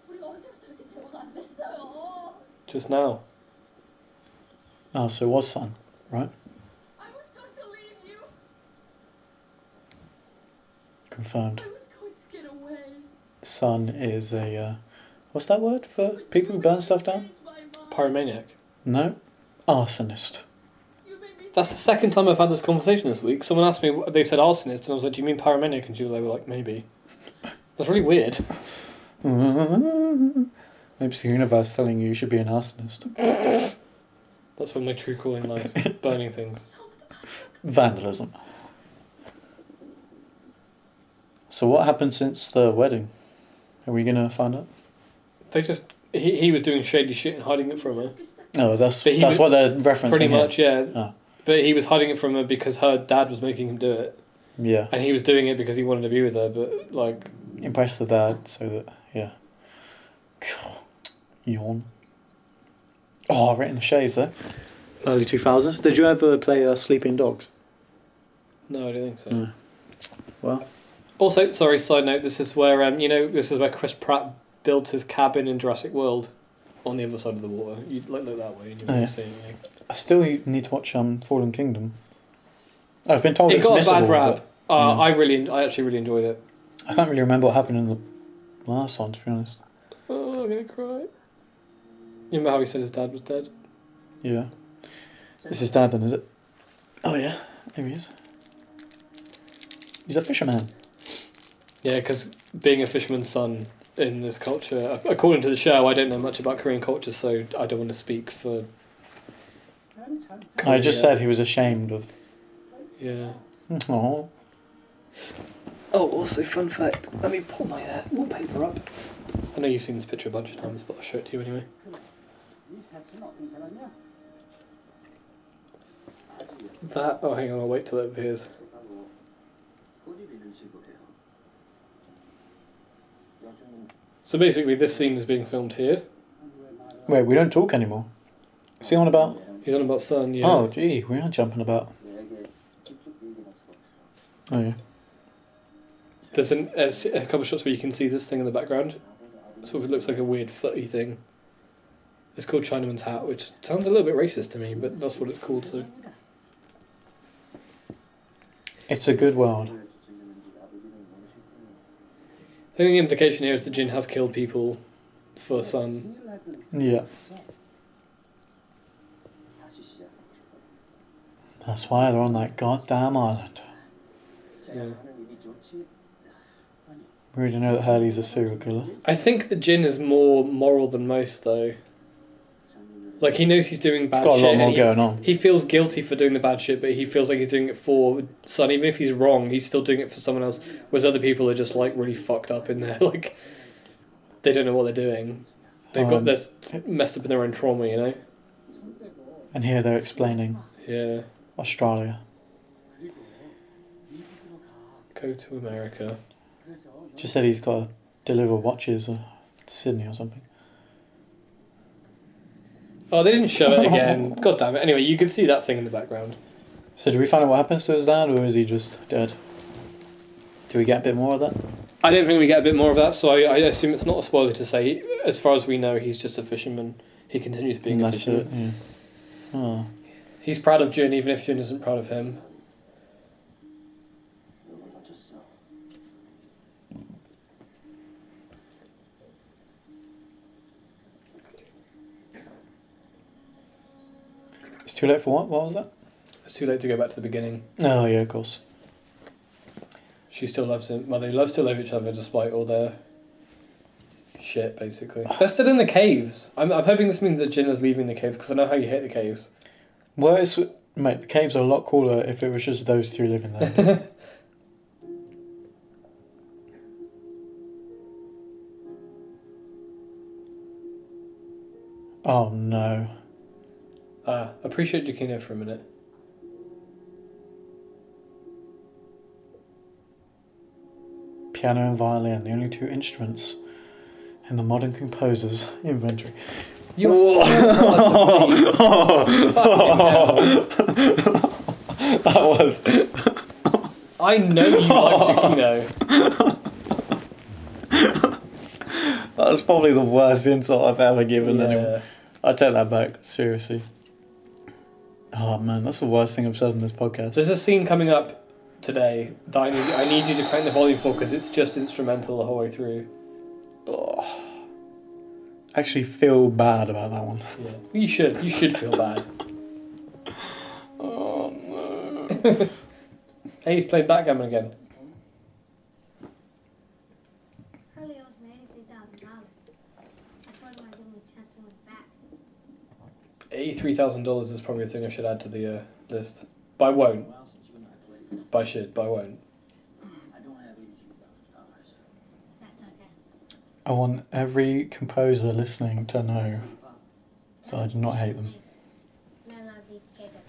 [SPEAKER 5] 우리가 언제부터 이렇게 대화가 안 됐어요?
[SPEAKER 1] Just now.
[SPEAKER 2] Oh, so it was sun, right?
[SPEAKER 5] I was going to leave you.
[SPEAKER 2] Confirmed.
[SPEAKER 5] I was going to get away.
[SPEAKER 2] Sun is a uh, what's that word for people who burn stuff down?
[SPEAKER 5] Changed my mind.
[SPEAKER 1] Pyromaniac.
[SPEAKER 2] No, arsonist.
[SPEAKER 5] You made me
[SPEAKER 1] That's the second time I've had this conversation this week. Someone asked me, they said arsonist, and I was like, do you mean pyromaniac? And she was like, maybe. That's really weird.
[SPEAKER 2] Maybe it's the universe telling you you should be an arsonist.
[SPEAKER 1] That's when my true calling lies, burning things.
[SPEAKER 2] Vandalism. So what happened since the wedding? Are we gonna find out?
[SPEAKER 1] They just, he, he was doing shady shit and hiding it from her.
[SPEAKER 2] No, Oh, that's
[SPEAKER 1] But he
[SPEAKER 2] that's
[SPEAKER 1] wa-
[SPEAKER 2] what they're referencing.
[SPEAKER 1] Pretty
[SPEAKER 2] here.
[SPEAKER 1] much, yeah.
[SPEAKER 2] Oh.
[SPEAKER 1] But he was hiding it from her because her dad was making him do it.
[SPEAKER 2] Yeah,
[SPEAKER 1] And he was doing it because he wanted to be with her, but like,
[SPEAKER 2] impress the dad so that yeah. Yawn. Oh, right in the shades there. Early two thousands. Did you ever play uh, Sleeping Dogs?
[SPEAKER 1] no, I don't think so.
[SPEAKER 2] Mm. Well,
[SPEAKER 1] Also, sorry, side note. This is where um, you know, this is where Chris Pratt built his cabin in Jurassic World, on the other side of the water. You like look that way, and you're
[SPEAKER 2] Oh, yeah.
[SPEAKER 1] seeing it.
[SPEAKER 2] I still need to watch um Fallen Kingdom. I've been told
[SPEAKER 1] it
[SPEAKER 2] Oh, it's
[SPEAKER 1] got a bad
[SPEAKER 2] missable,
[SPEAKER 1] rap. Uh,
[SPEAKER 2] Mm.
[SPEAKER 1] I really, I actually really enjoyed it.
[SPEAKER 2] but I can't really remember what happened in the last one. To be honest.
[SPEAKER 1] Oh, I'm gonna cry. You remember how he said his dad was dead?
[SPEAKER 2] Yeah. This is dad then, is it? Oh yeah, there he is. He's a fisherman.
[SPEAKER 1] Yeah, because being a fisherman's son in this culture, according to the show, I don't know much about Korean culture, so I don't want to speak for
[SPEAKER 2] I just
[SPEAKER 1] Yeah.
[SPEAKER 2] said he was ashamed of.
[SPEAKER 1] yeah.
[SPEAKER 2] Oh,
[SPEAKER 1] Oh, also fun fact. Let me pull my uh, wallpaper up. I know you've seen this picture a bunch of times, but I'll show it to you anyway. That. Oh, hang on. I'll wait till it appears. So basically, this scene is being filmed here.
[SPEAKER 2] wait, we don't talk anymore. Is he on about?
[SPEAKER 1] He's on about sun. Yeah.
[SPEAKER 2] Oh, gee, we are jumping about. Oh yeah.
[SPEAKER 1] There's an, a, s- a couple of shots where you can see this thing in the background. Sort of looks like a weird footy thing. It's called Chinaman's hat, which sounds a little bit racist to me, but that's what it's called. So
[SPEAKER 2] It's a good world.
[SPEAKER 1] I think the implication here is that Jin has killed people for Sun.
[SPEAKER 2] Yeah. That's why they're on that goddamn island.
[SPEAKER 1] Yeah.
[SPEAKER 2] We already know that Hurley's a serial killer.
[SPEAKER 1] I think that Jin is more moral than most, though. Like he knows he's doing
[SPEAKER 2] It's
[SPEAKER 1] bad
[SPEAKER 2] got a
[SPEAKER 1] shit.
[SPEAKER 2] lot
[SPEAKER 1] and
[SPEAKER 2] more
[SPEAKER 1] he,
[SPEAKER 2] going on.
[SPEAKER 1] he feels guilty for doing the bad shit, but he feels like he's doing it for Sun. Even if he's wrong, he's still doing it for someone else. Whereas other people are just like really fucked up in there, like they don't know what they're doing. They've got
[SPEAKER 2] Um,
[SPEAKER 1] this messed up in their own trauma, you know.
[SPEAKER 2] And here they're explaining
[SPEAKER 1] Yeah,
[SPEAKER 2] Australia.
[SPEAKER 1] go to America.
[SPEAKER 2] Just said he's got to deliver watches uh, to Sydney or something.
[SPEAKER 1] Oh, they didn't show it again. God damn it. Anyway, you can see that thing in the background.
[SPEAKER 2] So, do we find out what happens to his dad, or is he just dead? Do we get a bit more of that?
[SPEAKER 1] I don't think we get a bit more of that, so I, I assume it's not a spoiler to say. As far as we know, he's just a fisherman. He continues being a
[SPEAKER 2] That's
[SPEAKER 1] fisherman.
[SPEAKER 2] it. uh, Yeah. Oh,
[SPEAKER 1] He's proud of Jin, even if Jin isn't proud of him.
[SPEAKER 2] it's too late for what? What was that?
[SPEAKER 1] It's too late to go back to the beginning.
[SPEAKER 2] Oh yeah, of course.
[SPEAKER 1] She still loves him. Well, they love still love each other despite all their shit, basically. They're still in the caves. I'm, I'm hoping this means that Jin is leaving the caves because I know how you hate the caves.
[SPEAKER 2] Well, it's mate. The caves are a lot cooler if it was just those two living there. oh no!
[SPEAKER 1] Ah, appreciate Jacquino for a minute.
[SPEAKER 2] Piano and violin, the only two instruments in the modern composer's inventory.
[SPEAKER 1] You're so hard to please. Fucking hell.
[SPEAKER 2] That was
[SPEAKER 1] I know you like Jacquino.
[SPEAKER 2] that was probably the worst insult I've ever given anyone.
[SPEAKER 1] Yeah.
[SPEAKER 2] I take that back, seriously. Oh man, that's the worst thing I've said in this podcast.
[SPEAKER 1] There's a scene coming up today that I need, I need you to crank the volume for because it's just instrumental the whole way through.
[SPEAKER 2] I actually feel bad about that one.
[SPEAKER 1] Yeah. You should. You should feel bad. Hey, he's played backgammon again.
[SPEAKER 5] Hurley owes me eighty-three thousand dollars. That's why I want to give him a chance to win it back.
[SPEAKER 1] Eighty-three thousand dollars is probably a thing I should add to the uh, list. But I won't.
[SPEAKER 6] Well, since you and I played,
[SPEAKER 1] But I should. But I won't.
[SPEAKER 6] I don't have eighty-two thousand dollars.
[SPEAKER 5] That's okay.
[SPEAKER 2] I want every composer listening to know that I do not hate them.
[SPEAKER 5] Then I'll be together. Uh,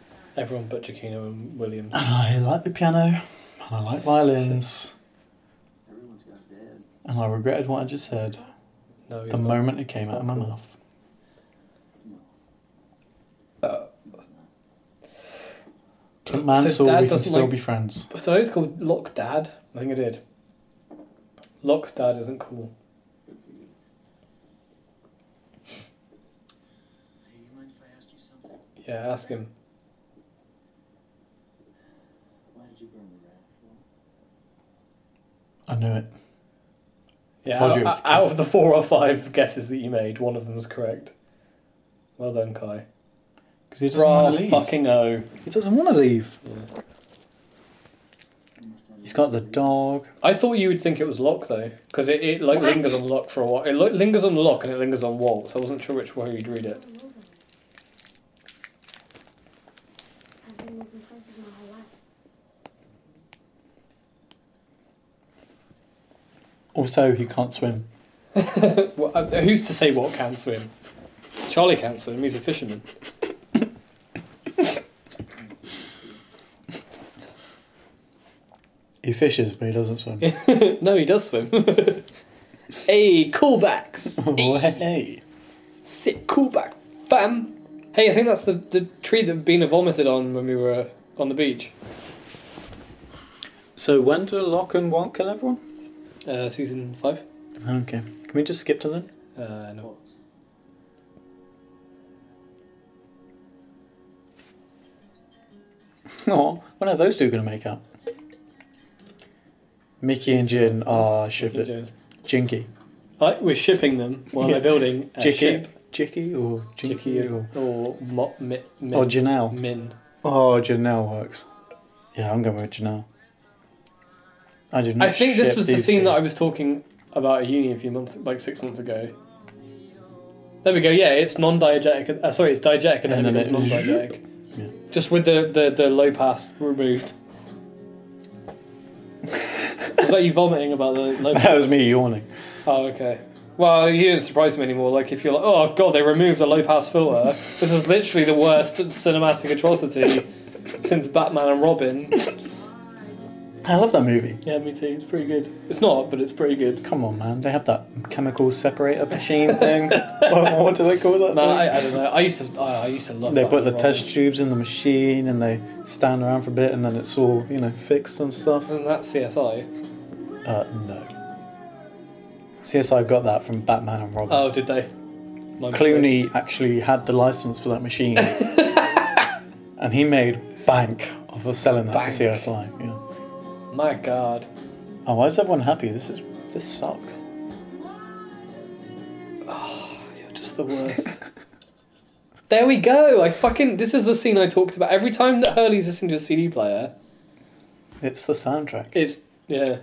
[SPEAKER 1] Everyone but Giacchino and Williams.
[SPEAKER 2] And I like the piano, and I like violins,
[SPEAKER 6] Everyone's got dead.
[SPEAKER 2] and I regretted what I just said
[SPEAKER 1] No, he's
[SPEAKER 2] the
[SPEAKER 1] not.
[SPEAKER 2] moment it came
[SPEAKER 1] he's
[SPEAKER 2] out of
[SPEAKER 1] not
[SPEAKER 2] my
[SPEAKER 1] cool.
[SPEAKER 2] mouth.
[SPEAKER 1] Uh,
[SPEAKER 2] But Mansell,
[SPEAKER 1] Dad
[SPEAKER 2] we can
[SPEAKER 1] doesn't
[SPEAKER 2] still
[SPEAKER 1] like-
[SPEAKER 2] be friends.
[SPEAKER 1] So I was called Lock Dad. I think I did. Lock's dad isn't cool.
[SPEAKER 6] Good for you. Hey, you mind if I ask you something?
[SPEAKER 1] Yeah, ask him.
[SPEAKER 6] Why did you burn the raft? Well,
[SPEAKER 2] I knew it.
[SPEAKER 1] Yeah,
[SPEAKER 2] Told
[SPEAKER 1] out,
[SPEAKER 2] you it was
[SPEAKER 1] out out of the four or five guesses that you made, one of them was correct. Well done, Kai.
[SPEAKER 2] Because he doesn't want to
[SPEAKER 1] Bra
[SPEAKER 2] leave.
[SPEAKER 1] fucking O.
[SPEAKER 2] He doesn't want to leave.
[SPEAKER 1] Yeah.
[SPEAKER 6] you must have-
[SPEAKER 2] He's got the dog.
[SPEAKER 1] I thought you would think it was Lock though, because it, it like
[SPEAKER 2] What?
[SPEAKER 1] lingers on Lock for a while. It lo- lingers on Lock and it lingers on Walt, so I wasn't sure which way you'd read it.
[SPEAKER 5] I'm moving. I've been moving places my whole life.
[SPEAKER 2] Also, he can't swim.
[SPEAKER 1] Well, uh, who's to say Walt can swim? Charlie can't swim. He's a fisherman.
[SPEAKER 2] He fishes, but he doesn't swim.
[SPEAKER 1] no, he does swim. hey, callbacks.
[SPEAKER 2] oh, hey.
[SPEAKER 1] Sick callback, fam. Hey, I think that's the, the tree that Bina vomited on when we were uh, on the beach.
[SPEAKER 2] So, when do Locke and Walt kill everyone?
[SPEAKER 1] Uh, season five.
[SPEAKER 2] Okay. Can we just skip to them?
[SPEAKER 1] Uh, no.
[SPEAKER 6] Books.
[SPEAKER 2] Oh, when are those two going to make out? Mickey and Jin are shipping.
[SPEAKER 1] Jane.
[SPEAKER 2] Jinky.
[SPEAKER 1] I, we're shipping them while
[SPEAKER 2] Yeah.
[SPEAKER 1] they're building a
[SPEAKER 2] Jicky.
[SPEAKER 1] ship.
[SPEAKER 2] Uh, Jicky or Jinky
[SPEAKER 1] Jicky
[SPEAKER 2] or,
[SPEAKER 1] or Mo- Mi- Min.
[SPEAKER 2] or Janelle.
[SPEAKER 1] Min.
[SPEAKER 2] Oh, Janelle works. Yeah, I'm going with Janelle. I do not.
[SPEAKER 1] I think this
[SPEAKER 2] ship
[SPEAKER 1] was the
[SPEAKER 2] these
[SPEAKER 1] scene
[SPEAKER 2] two.
[SPEAKER 1] that I was talking about at uni a few months, like six months ago. There we go. Yeah, it's non-diegetic. Uh, sorry, it's diegetic and then it
[SPEAKER 2] And
[SPEAKER 1] becomes
[SPEAKER 2] then it-
[SPEAKER 1] non-diegetic.
[SPEAKER 2] Yeah.
[SPEAKER 1] Just with the, the, the low pass removed. was that you vomiting about the low pass?
[SPEAKER 2] That was me yawning.
[SPEAKER 1] Oh, okay. Well, you didn't surprise me anymore. Like, if you're like, oh god, they removed the low pass filter. This is literally the worst cinematic atrocity since Batman and Robin.
[SPEAKER 2] I love that movie.
[SPEAKER 1] Yeah, me too. It's pretty good. It's not, but it's pretty good.
[SPEAKER 2] Come on, man. They have that chemical separator machine thing. what, what do they call
[SPEAKER 1] No,
[SPEAKER 2] that? thing?
[SPEAKER 1] I, I don't know. I used to, I, I used to love.
[SPEAKER 2] they
[SPEAKER 1] Batman
[SPEAKER 2] put the
[SPEAKER 1] and
[SPEAKER 2] test
[SPEAKER 1] Robin.
[SPEAKER 2] tubes in the machine and they stand around for a bit and then it's all, you know, fixed and stuff.
[SPEAKER 1] Isn't that CSI?
[SPEAKER 2] Uh, no. CSI got that from Batman and Robin.
[SPEAKER 1] Oh, did they? My mistake.
[SPEAKER 2] Clooney actually had the license for that machine, and he made bank off of selling that to
[SPEAKER 1] Bank.
[SPEAKER 2] CSI. Yeah.
[SPEAKER 1] My God.
[SPEAKER 2] Oh, why is everyone happy? This is this sucks.
[SPEAKER 1] Oh, You're just the worst. there we go. I fucking. This is the scene I talked about. Every time that Hurley's listening to a CD player,
[SPEAKER 2] It's the soundtrack.
[SPEAKER 1] it's yeah.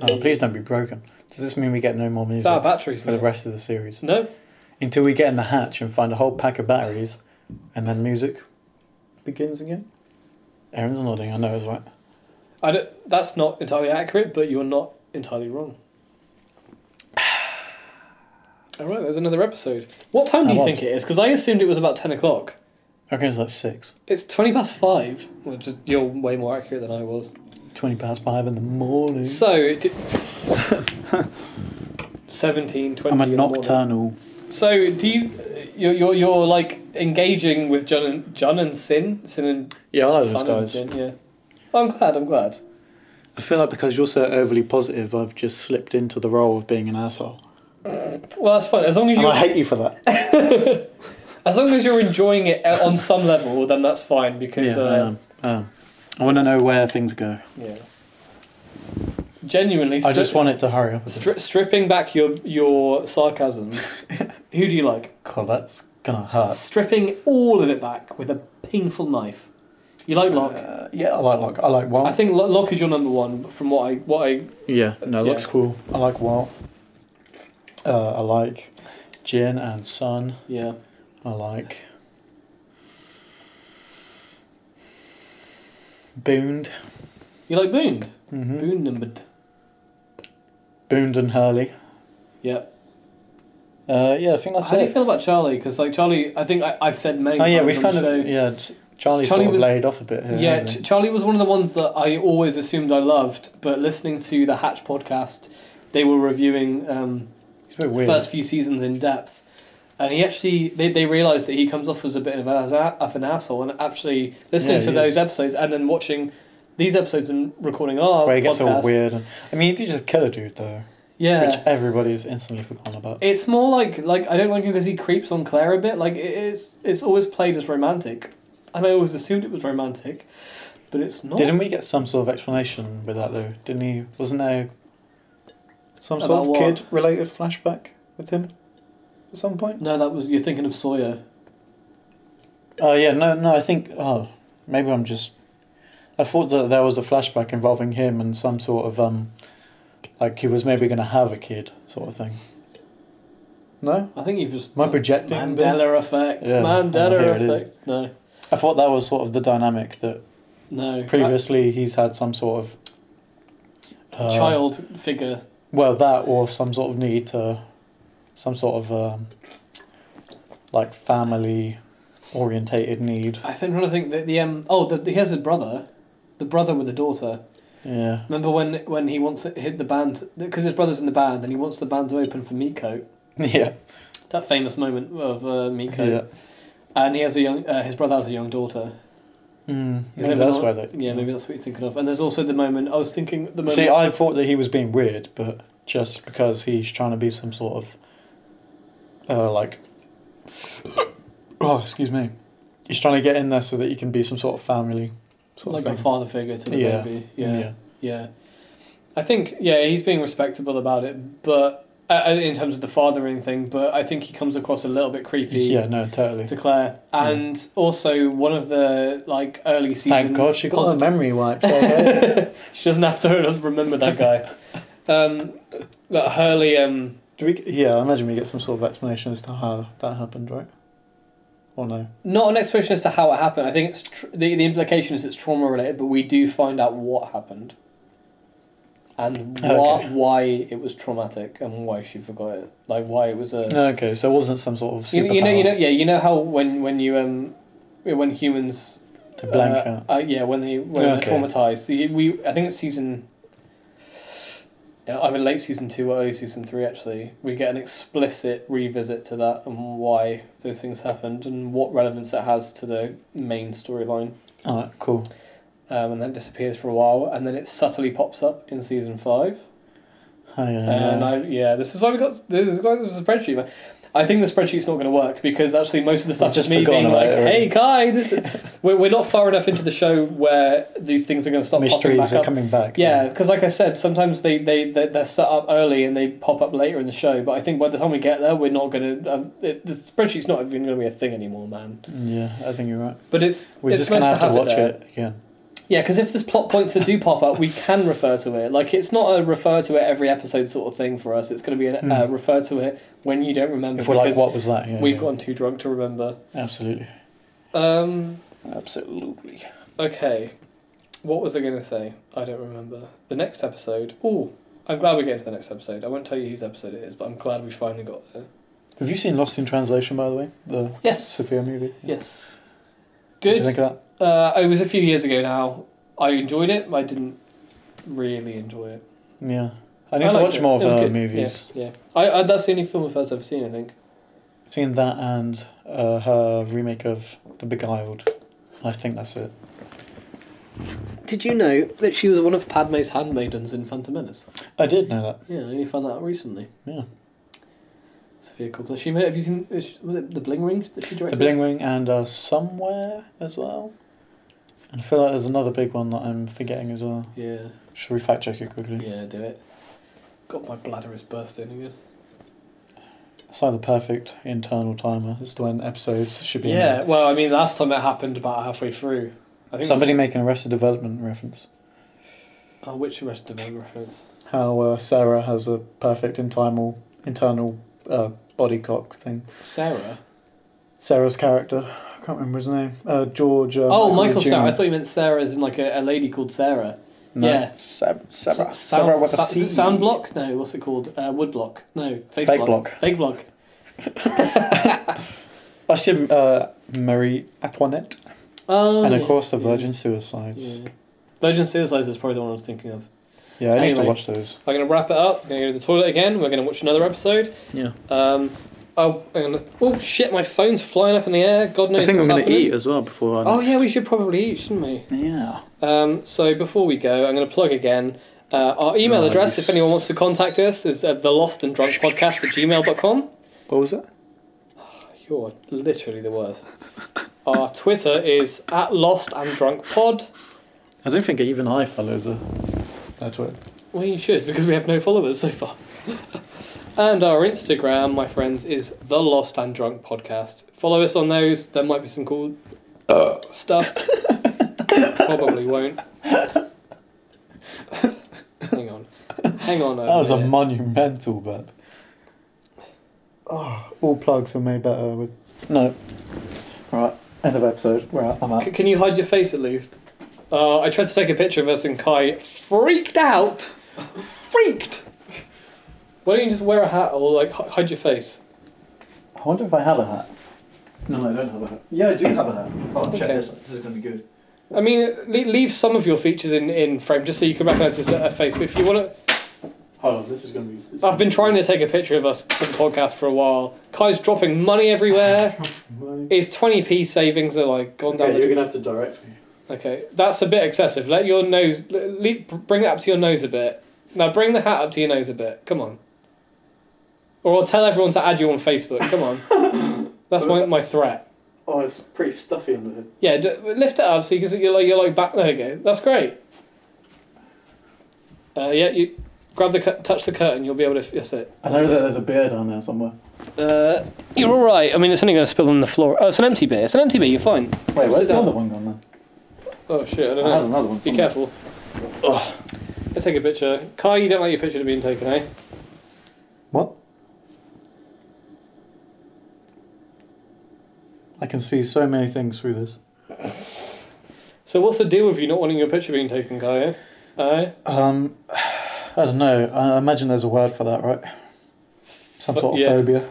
[SPEAKER 2] Oh, please don't be broken. Does this mean we get no more
[SPEAKER 1] It's
[SPEAKER 2] music
[SPEAKER 1] our batteries.
[SPEAKER 2] for the
[SPEAKER 1] mate.
[SPEAKER 2] rest of the series?
[SPEAKER 1] No.
[SPEAKER 2] Until we get in the hatch and find a whole pack of batteries, and then music begins again. Aaron's nodding. I know is right.
[SPEAKER 1] I don't, that's not entirely accurate, but you're not entirely wrong. All right, there's another episode. What time do
[SPEAKER 2] I
[SPEAKER 1] you
[SPEAKER 2] was-
[SPEAKER 1] think it is? Because I assumed it was about ten o'clock.
[SPEAKER 2] Okay, so that's six.
[SPEAKER 1] It's twenty past five, which is, you're way more accurate than I was.
[SPEAKER 2] Twenty past five in the morning.
[SPEAKER 1] So it did, seventeen twenty.
[SPEAKER 2] I'm a
[SPEAKER 1] in the morning.
[SPEAKER 2] nocturnal.
[SPEAKER 1] So do you? You're, you're you're like engaging with John and John and Sin, Sin and
[SPEAKER 2] Yeah, I like those
[SPEAKER 1] Sun
[SPEAKER 2] guys.
[SPEAKER 1] and Jin. Yeah. I'm glad. I'm glad.
[SPEAKER 2] I feel like because you're so overly positive, I've just slipped into the role of being an asshole,
[SPEAKER 1] Well, that's fine. As long as
[SPEAKER 2] and
[SPEAKER 1] you
[SPEAKER 2] I hate you for that.
[SPEAKER 1] As long as you're enjoying it uh, on some level, then that's fine because
[SPEAKER 2] yeah, I
[SPEAKER 1] uh,
[SPEAKER 2] am. I am. I want to know where things go.
[SPEAKER 1] yeah. Genuinely,
[SPEAKER 2] I
[SPEAKER 1] stri-
[SPEAKER 2] just want it to hurry up.
[SPEAKER 1] stri- stripping back your your sarcasm. who do you like?
[SPEAKER 2] God, that's gonna hurt.
[SPEAKER 1] Stripping all Uh, of it back with a painful knife. You like Locke?
[SPEAKER 2] Uh, yeah, I like Locke. I like Walt.
[SPEAKER 1] I think Lo- Locke is your number one from what I what I
[SPEAKER 2] Yeah, no,
[SPEAKER 1] Yeah.
[SPEAKER 2] looks cool. I like Walt. Uh, I like Jin and Sun.
[SPEAKER 1] yeah.
[SPEAKER 2] I like Boond.
[SPEAKER 1] You like Boond?
[SPEAKER 2] Mm-hmm.
[SPEAKER 1] Boond numbered.
[SPEAKER 2] Boond and Hurley.
[SPEAKER 1] Yeah.
[SPEAKER 2] Uh, yeah, I think that's
[SPEAKER 1] How
[SPEAKER 2] it.
[SPEAKER 1] do you feel about Charlie? Because like Charlie, I think I, I've said many
[SPEAKER 2] oh
[SPEAKER 1] times
[SPEAKER 2] yeah, we've
[SPEAKER 1] on
[SPEAKER 2] kind
[SPEAKER 1] the show.
[SPEAKER 2] of yeah. Ch- Charlie's
[SPEAKER 1] Charlie
[SPEAKER 2] sort of
[SPEAKER 1] was-
[SPEAKER 2] laid off a bit here.
[SPEAKER 1] Yeah,
[SPEAKER 2] hasn't he?
[SPEAKER 1] Ch- Charlie was one of the ones that I always assumed I loved, but listening to the Hatch podcast, they were reviewing um,
[SPEAKER 2] He's a bit
[SPEAKER 1] the
[SPEAKER 2] weird.
[SPEAKER 1] first few seasons in depth, and he actually they, they realized that he comes off as a bit of an, as- of an asshole, and actually listening
[SPEAKER 2] Yeah,
[SPEAKER 1] to
[SPEAKER 2] he
[SPEAKER 1] those
[SPEAKER 2] is.
[SPEAKER 1] episodes and then watching these episodes and recording our
[SPEAKER 2] where he gets all
[SPEAKER 1] podcast,
[SPEAKER 2] weird. And, I mean, he did just kill a dude though,
[SPEAKER 1] Yeah,
[SPEAKER 2] which everybody has instantly forgotten about.
[SPEAKER 1] it's more like like I don't like him because he creeps on Claire a bit. Like it is, it's always played as romantic, and I always assumed it was romantic, but it's not.
[SPEAKER 2] Didn't we get some sort of explanation with that though? Didn't he? Wasn't there some
[SPEAKER 1] About
[SPEAKER 2] sort of
[SPEAKER 1] what?
[SPEAKER 2] kid-related flashback with him at some point?
[SPEAKER 1] No, that was you're thinking of Sawyer.
[SPEAKER 2] Oh yeah, no, no. I think oh, maybe I'm just. I thought that there was a flashback involving him and some sort of um, like he was maybe going to have a kid sort of thing. No,
[SPEAKER 1] I think you've just
[SPEAKER 2] am I projecting? this?
[SPEAKER 1] Mandela effect.
[SPEAKER 2] Yeah,
[SPEAKER 1] Mandela
[SPEAKER 2] oh, here it is.
[SPEAKER 1] effect. No,
[SPEAKER 2] I thought that was sort of the dynamic that
[SPEAKER 1] Uh, no.
[SPEAKER 2] previously he's had some sort of
[SPEAKER 1] Uh,
[SPEAKER 2] uh,
[SPEAKER 1] child figure.
[SPEAKER 2] Well, that or some sort of need to, some sort of um, like family orientated need.
[SPEAKER 1] I think I'm trying to think that the um oh the, he has a brother, the brother with a daughter.
[SPEAKER 2] Yeah.
[SPEAKER 1] Remember when when he wants to hit the band because his brother's in the band and he wants the band to open for Miko.
[SPEAKER 2] Yeah.
[SPEAKER 1] That famous moment of uh, Miko.
[SPEAKER 2] Yeah.
[SPEAKER 1] And he has a young uh, his brother has a young daughter.
[SPEAKER 2] Mm,
[SPEAKER 1] He's living
[SPEAKER 2] maybe that's
[SPEAKER 1] Hmm. on-
[SPEAKER 2] why they.
[SPEAKER 1] Yeah, maybe that's what you're thinking of. And there's also the moment I was thinking the moment.
[SPEAKER 2] See, I thought that he was being weird, but just because he's trying to be some sort of, uh, like, oh, excuse me, he's trying to get in there so that he can be some sort of family, sort
[SPEAKER 1] like
[SPEAKER 2] of
[SPEAKER 1] a
[SPEAKER 2] thing.
[SPEAKER 1] father figure to the
[SPEAKER 2] Yeah.
[SPEAKER 1] baby. yeah. Yeah, I think yeah he's being respectable about it, but uh, uh, in terms of the fathering thing, but I think he comes across a little bit creepy
[SPEAKER 2] Yeah, no, totally.
[SPEAKER 1] to Claire, and also one of the like early season.
[SPEAKER 2] Thank God she got
[SPEAKER 1] posit-
[SPEAKER 2] her memory wiped. out.
[SPEAKER 1] she doesn't have to remember that guy. Um, that Hurley. Um,
[SPEAKER 2] Do we? Yeah, I imagine we get some sort of explanation as to how that happened, right? Or no?
[SPEAKER 1] not an explanation as to how it happened. I think it's tr- the the implication is it's trauma related, but we do find out what happened. And wha-
[SPEAKER 2] Okay.
[SPEAKER 1] why it was traumatic and why she forgot it, like why it was a
[SPEAKER 2] No. Okay, so it wasn't some sort of
[SPEAKER 1] You,
[SPEAKER 2] superpower.
[SPEAKER 1] you know, you know, yeah, you know how when when you um when humans
[SPEAKER 2] They blank
[SPEAKER 1] uh,
[SPEAKER 2] out.
[SPEAKER 1] uh, yeah, when they when
[SPEAKER 2] Okay.
[SPEAKER 1] they're traumatized, You- we I think it's season. Yeah, either late season two or early season three. Actually, we get an explicit revisit to that and why those things happened and what relevance it has to the main storyline.
[SPEAKER 2] All right, cool.
[SPEAKER 1] Um, and then it disappears for a while, and then it subtly pops up in season five.
[SPEAKER 2] Oh, yeah,
[SPEAKER 1] Uh, And
[SPEAKER 2] yeah.
[SPEAKER 1] I yeah, this is why we got this is why there's a spreadsheet. man. I think the spreadsheet's not going to work because actually most of the stuff
[SPEAKER 2] I've
[SPEAKER 1] just
[SPEAKER 2] just
[SPEAKER 1] me
[SPEAKER 2] forgotten
[SPEAKER 1] being
[SPEAKER 2] about
[SPEAKER 1] like,
[SPEAKER 2] it already.
[SPEAKER 1] "Hey, Kai, this is, we're we're not far enough into the show where these things are going to start popping
[SPEAKER 2] mysteries
[SPEAKER 1] back
[SPEAKER 2] are
[SPEAKER 1] up."
[SPEAKER 2] coming back.
[SPEAKER 1] Yeah, because like I said, sometimes they they they they're set up early and they pop up later in the show. But I think by the time we get there, we're not going to. Uh, it- the spreadsheet's not even going to be a thing anymore, man.
[SPEAKER 2] Mm, Yeah, I think you're right.
[SPEAKER 1] But it's
[SPEAKER 2] We're
[SPEAKER 1] it's
[SPEAKER 2] just gonna
[SPEAKER 1] nice
[SPEAKER 2] have to, watch
[SPEAKER 1] there.
[SPEAKER 2] it again.
[SPEAKER 1] Yeah, because if there's plot points that do pop up, we can refer to it. Like it's not a refer to it every episode sort of thing for us. It's going to be an uh,
[SPEAKER 2] Mm.
[SPEAKER 1] refer to it when you don't remember
[SPEAKER 2] If we're like,
[SPEAKER 1] because
[SPEAKER 2] what was that? Yeah,
[SPEAKER 1] we've
[SPEAKER 2] yeah.
[SPEAKER 1] gotten too drunk to remember.
[SPEAKER 2] absolutely,
[SPEAKER 1] Um,
[SPEAKER 2] absolutely.
[SPEAKER 1] okay, what was I going to say? I don't remember. The next episode. Oh, I'm glad we're getting to the next episode. I won't tell you whose episode it is, but I'm glad we finally got there.
[SPEAKER 2] Have you seen Lost in Translation, by the way? The
[SPEAKER 1] Yes.
[SPEAKER 2] Sophia movie. Yeah.
[SPEAKER 1] Yes.
[SPEAKER 2] What do you
[SPEAKER 1] Good.
[SPEAKER 2] think of that?
[SPEAKER 1] Uh, it was a few years ago now. I enjoyed it. but I didn't really enjoy it.
[SPEAKER 2] Yeah, I need to
[SPEAKER 1] liked
[SPEAKER 2] watch
[SPEAKER 1] it.
[SPEAKER 2] more of
[SPEAKER 1] It was
[SPEAKER 2] her
[SPEAKER 1] good.
[SPEAKER 2] movies.
[SPEAKER 1] Yeah, yeah. I, I that's the only film of hers I've seen. I think.
[SPEAKER 2] I've seen that and uh, her remake of The Beguiled. I think that's it.
[SPEAKER 1] Did you know that she was one of Padme's handmaidens in Phantom Menace?
[SPEAKER 2] I did know that.
[SPEAKER 1] Yeah, I only found that out recently.
[SPEAKER 2] Yeah.
[SPEAKER 1] Sophia Coppola. She made. Have you seen? is she- Was it the Bling Ring that she
[SPEAKER 2] The
[SPEAKER 1] directed?
[SPEAKER 2] Bling Ring and uh, Somewhere as well. And I feel like there's another big one that I'm forgetting as well.
[SPEAKER 1] Yeah.
[SPEAKER 2] Should we fact check it quickly?
[SPEAKER 1] Yeah. Do it. God, my bladder is bursting again.
[SPEAKER 2] I It's like the perfect internal timer as to when episodes should be.
[SPEAKER 1] Yeah,
[SPEAKER 2] ended.
[SPEAKER 1] well, I mean, last time it happened about halfway through. I think
[SPEAKER 2] Somebody
[SPEAKER 1] it's-
[SPEAKER 2] make an Arrested Development reference.
[SPEAKER 1] Oh, which Arrested Development reference?
[SPEAKER 2] How uh, Sarah has a perfect internal internal uh, body cock thing.
[SPEAKER 1] Sarah.
[SPEAKER 2] Sarah's character. I can't remember his name. Uh, George. Uh,
[SPEAKER 1] Oh, Michael
[SPEAKER 2] Jr.
[SPEAKER 1] Sarah. I thought you meant Sarah as in like a, a lady called Sarah.
[SPEAKER 2] No.
[SPEAKER 1] Yeah.
[SPEAKER 2] Sab- Sarah.
[SPEAKER 1] S- sound-
[SPEAKER 2] Sarah with a
[SPEAKER 1] sa-
[SPEAKER 2] C. E.
[SPEAKER 1] Is it Soundblock? No, what's it called? Uh, Woodblock. No, Fake,
[SPEAKER 2] Fake
[SPEAKER 1] block.
[SPEAKER 2] block.
[SPEAKER 1] Fake block.
[SPEAKER 2] Oh, she had, uh, Marie Antoinette.
[SPEAKER 1] Oh,
[SPEAKER 2] and of
[SPEAKER 1] yeah.
[SPEAKER 2] course, the
[SPEAKER 1] yeah,
[SPEAKER 2] Virgin Suicides.
[SPEAKER 1] Yeah. Virgin Suicides is probably the one I was thinking of.
[SPEAKER 2] Yeah, I need to
[SPEAKER 1] Anyway.
[SPEAKER 2] watch those.
[SPEAKER 1] I'm going to wrap it up. I'm going to go to the toilet again. We're going to watch another episode.
[SPEAKER 2] Yeah.
[SPEAKER 1] Um, oh, I'm gonna, oh, shit, my phone's flying up in the air. God knows what's
[SPEAKER 2] gonna
[SPEAKER 1] happening.
[SPEAKER 2] as well before.
[SPEAKER 1] Oh, yeah, we should probably eat, shouldn't we?
[SPEAKER 2] Yeah.
[SPEAKER 1] Um, so before we go, I'm going to plug again. Uh, our email
[SPEAKER 2] Oh,
[SPEAKER 1] address, if
[SPEAKER 2] yes.
[SPEAKER 1] anyone wants to contact us, is uh, thelostanddrunkpodcast at gmail.com.
[SPEAKER 2] What was it?
[SPEAKER 1] You're literally the worst. Our Twitter is at Lost and Drunk Pod.
[SPEAKER 2] I don't think even I followed the. That's what.
[SPEAKER 1] Well, you should because we have no followers so far. and our Instagram, my friends, is the Lost and Drunk Podcast. Follow us on those. There might be some cool stuff. Probably won't. Hang on. Hang on.
[SPEAKER 2] That was a monumental burp. Oh, all plugs are made better with. No. Right, end of episode. We're out. I'm out.
[SPEAKER 1] C- can you hide your face at least? Uh, I tried to take a picture of us and Kai freaked out. Freaked. Why don't you just wear a hat or like hi- hide your face?
[SPEAKER 2] I wonder if I have a hat. No, I don't have a hat. Yeah, I do have a hat. Oh, check
[SPEAKER 1] Okay.
[SPEAKER 2] this. This is going to be good.
[SPEAKER 1] I mean, le- leave some of your features in, in frame just so you can recognise us at a face. But if you want
[SPEAKER 2] Hold on, this is going to be.
[SPEAKER 1] to, I've been trying to take a picture of us for the podcast for a while. Kai's dropping money everywhere. His twenty p savings are like gone down.
[SPEAKER 2] Okay,
[SPEAKER 1] the
[SPEAKER 2] you're going to have to direct me.
[SPEAKER 1] Okay, that's a bit excessive. Let your nose, le- le- bring it up to your nose a bit. Now bring the hat up to your nose a bit. Come on. Or I'll tell everyone to add you on Facebook. Come on. That's my, my threat.
[SPEAKER 2] Oh, it's pretty stuffy under here.
[SPEAKER 1] Yeah, d- lift it up so you can see you're like, you're like back. There you go. That's great. Uh, yeah, you grab the cur- touch the curtain. You'll be able to. That's it.
[SPEAKER 2] I know that there's a beer down there somewhere.
[SPEAKER 1] Uh, you're all right. I mean, it's only going to spill on the floor. Oh, it's an empty beer. It's an empty beer. You're fine.
[SPEAKER 2] Wait,
[SPEAKER 1] Sit
[SPEAKER 2] where's the
[SPEAKER 1] down.
[SPEAKER 2] other one gone then?
[SPEAKER 1] Oh shit! I don't
[SPEAKER 2] I
[SPEAKER 1] know.
[SPEAKER 2] had another one.
[SPEAKER 1] Be
[SPEAKER 2] somewhere.
[SPEAKER 1] careful. Ugh. Let's take a picture. Kai, you don't like your picture to being taken, eh?
[SPEAKER 2] What? I can see so many things through this.
[SPEAKER 1] So what's the deal with you not wanting your picture being taken, Kai? Eh? Eh?
[SPEAKER 2] Um, I don't know. I I imagine there's a word for that, right? Some
[SPEAKER 1] Pho-
[SPEAKER 2] sort of
[SPEAKER 1] yeah.
[SPEAKER 2] phobia.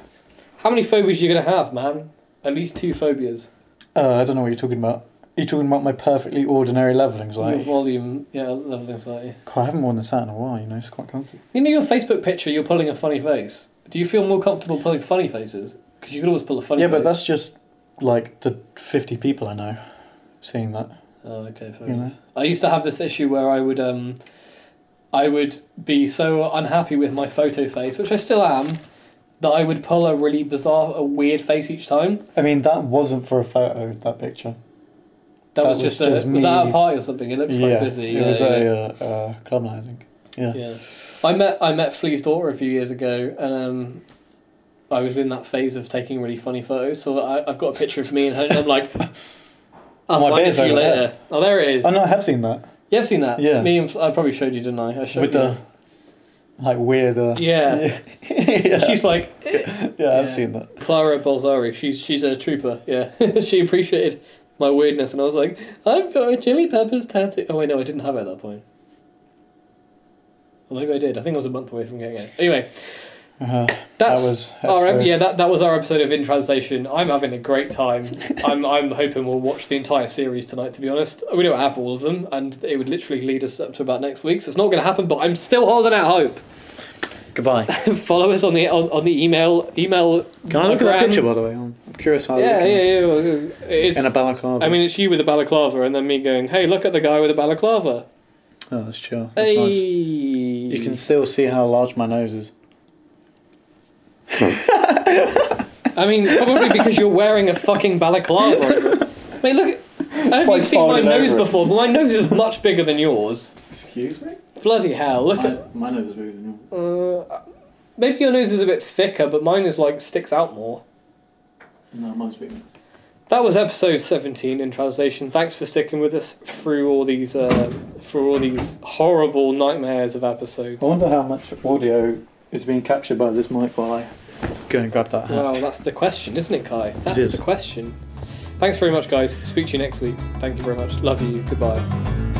[SPEAKER 1] how many phobias are you gonna have, man? At least two phobias.
[SPEAKER 2] Uh, I don't know what you're talking about. Are you talking about my perfectly ordinary level
[SPEAKER 1] Your
[SPEAKER 2] anxiety?
[SPEAKER 1] volume, yeah, levels anxiety.
[SPEAKER 2] God, I haven't worn this out in a while. You know, it's quite comfy.
[SPEAKER 1] You know your Facebook picture, you're pulling a funny face. Do you feel more comfortable pulling funny faces? Because you could always pull a funny
[SPEAKER 2] yeah,
[SPEAKER 1] face.
[SPEAKER 2] but that's just like the fifty people I know seeing that.
[SPEAKER 1] Oh, okay, fair
[SPEAKER 2] You
[SPEAKER 1] enough. I used to have this issue where I would um, I would be so unhappy with my photo face, which I still am, that I would pull a really bizarre, a weird face each time.
[SPEAKER 2] I mean, that wasn't for a photo. That picture.
[SPEAKER 1] That,
[SPEAKER 2] That
[SPEAKER 1] was,
[SPEAKER 2] was
[SPEAKER 1] just,
[SPEAKER 2] just
[SPEAKER 1] a, was that at
[SPEAKER 2] me.
[SPEAKER 1] a party or something? It looks
[SPEAKER 2] yeah,
[SPEAKER 1] quite busy.
[SPEAKER 2] it
[SPEAKER 1] yeah,
[SPEAKER 2] was
[SPEAKER 1] yeah.
[SPEAKER 2] a uh, uh, club night, I think. Yeah.
[SPEAKER 1] Yeah. I met I met Flea's daughter a few years ago, and um, I was in that phase of taking really funny photos. So I, I've got a picture of me and her, and I'm like, I'll
[SPEAKER 2] My
[SPEAKER 1] find it
[SPEAKER 2] beer's
[SPEAKER 1] for you
[SPEAKER 2] over there.
[SPEAKER 1] later. Oh, there it is.
[SPEAKER 2] Oh no, I have seen that
[SPEAKER 1] You have seen that?
[SPEAKER 2] Yeah.
[SPEAKER 1] Me and F- I probably showed you, didn't I? I showed
[SPEAKER 2] with
[SPEAKER 1] you.
[SPEAKER 2] the like weird. Uh,
[SPEAKER 1] Yeah.
[SPEAKER 2] yeah.
[SPEAKER 1] She's like eh.
[SPEAKER 2] yeah, I've
[SPEAKER 1] yeah.
[SPEAKER 2] seen that.
[SPEAKER 1] Clara Bolzari. She's she's a trooper. Yeah, she appreciated my weirdness, and I was like, I've got a Chili Peppers tattoo. Oh wait, no, I didn't have it at that point. Well, maybe I did. I think I was a month away from getting it. Anyway,
[SPEAKER 2] Uh,
[SPEAKER 1] that's
[SPEAKER 2] was
[SPEAKER 1] our ep-
[SPEAKER 2] episode-
[SPEAKER 1] yeah. That, that was our episode of In Translation. I'm having a great time. I'm I'm hoping we'll watch the entire series tonight. To be honest, we don't have all of them, and it would literally lead us up to about next week. So it's not going to happen. But I'm still holding out hope.
[SPEAKER 2] Goodbye.
[SPEAKER 1] Follow us on the on, on the email email.
[SPEAKER 2] Can I look at that
[SPEAKER 1] gram.
[SPEAKER 2] picture by the way? I'm curious how.
[SPEAKER 1] Yeah, yeah,
[SPEAKER 2] looking
[SPEAKER 1] yeah. well, It is,
[SPEAKER 2] In a balaclava.
[SPEAKER 1] I mean, it's you with a balaclava, and then me going, "Hey, look at the guy with a balaclava."
[SPEAKER 2] oh, that's chill. That's
[SPEAKER 1] Hey,
[SPEAKER 2] nice. You can still see how large my nose is.
[SPEAKER 1] I mean, probably because you're wearing a fucking balaclava. Mate, look. at- I don't know if
[SPEAKER 2] Like
[SPEAKER 1] you've seen my
[SPEAKER 2] folded over
[SPEAKER 1] nose
[SPEAKER 2] it.
[SPEAKER 1] before, but my nose is much bigger than yours.
[SPEAKER 2] Excuse me.
[SPEAKER 1] Bloody hell! Look at.
[SPEAKER 2] my nose is bigger than yours.
[SPEAKER 1] Uh, Maybe your nose is a bit thicker, but mine is like sticks out more.
[SPEAKER 2] No, mine's bigger.
[SPEAKER 1] That was episode seventeen in translation. Thanks for sticking with us through all these uh, through all these horrible nightmares of episodes.
[SPEAKER 7] I wonder how much audio is being captured by this mic while I.
[SPEAKER 2] Go and grab that hat.
[SPEAKER 1] Wow, that's the question, isn't it, Kai? That's
[SPEAKER 2] is.
[SPEAKER 1] the question. Thanks very much, guys. Speak to you next week. Thank you very much. Love you. Goodbye.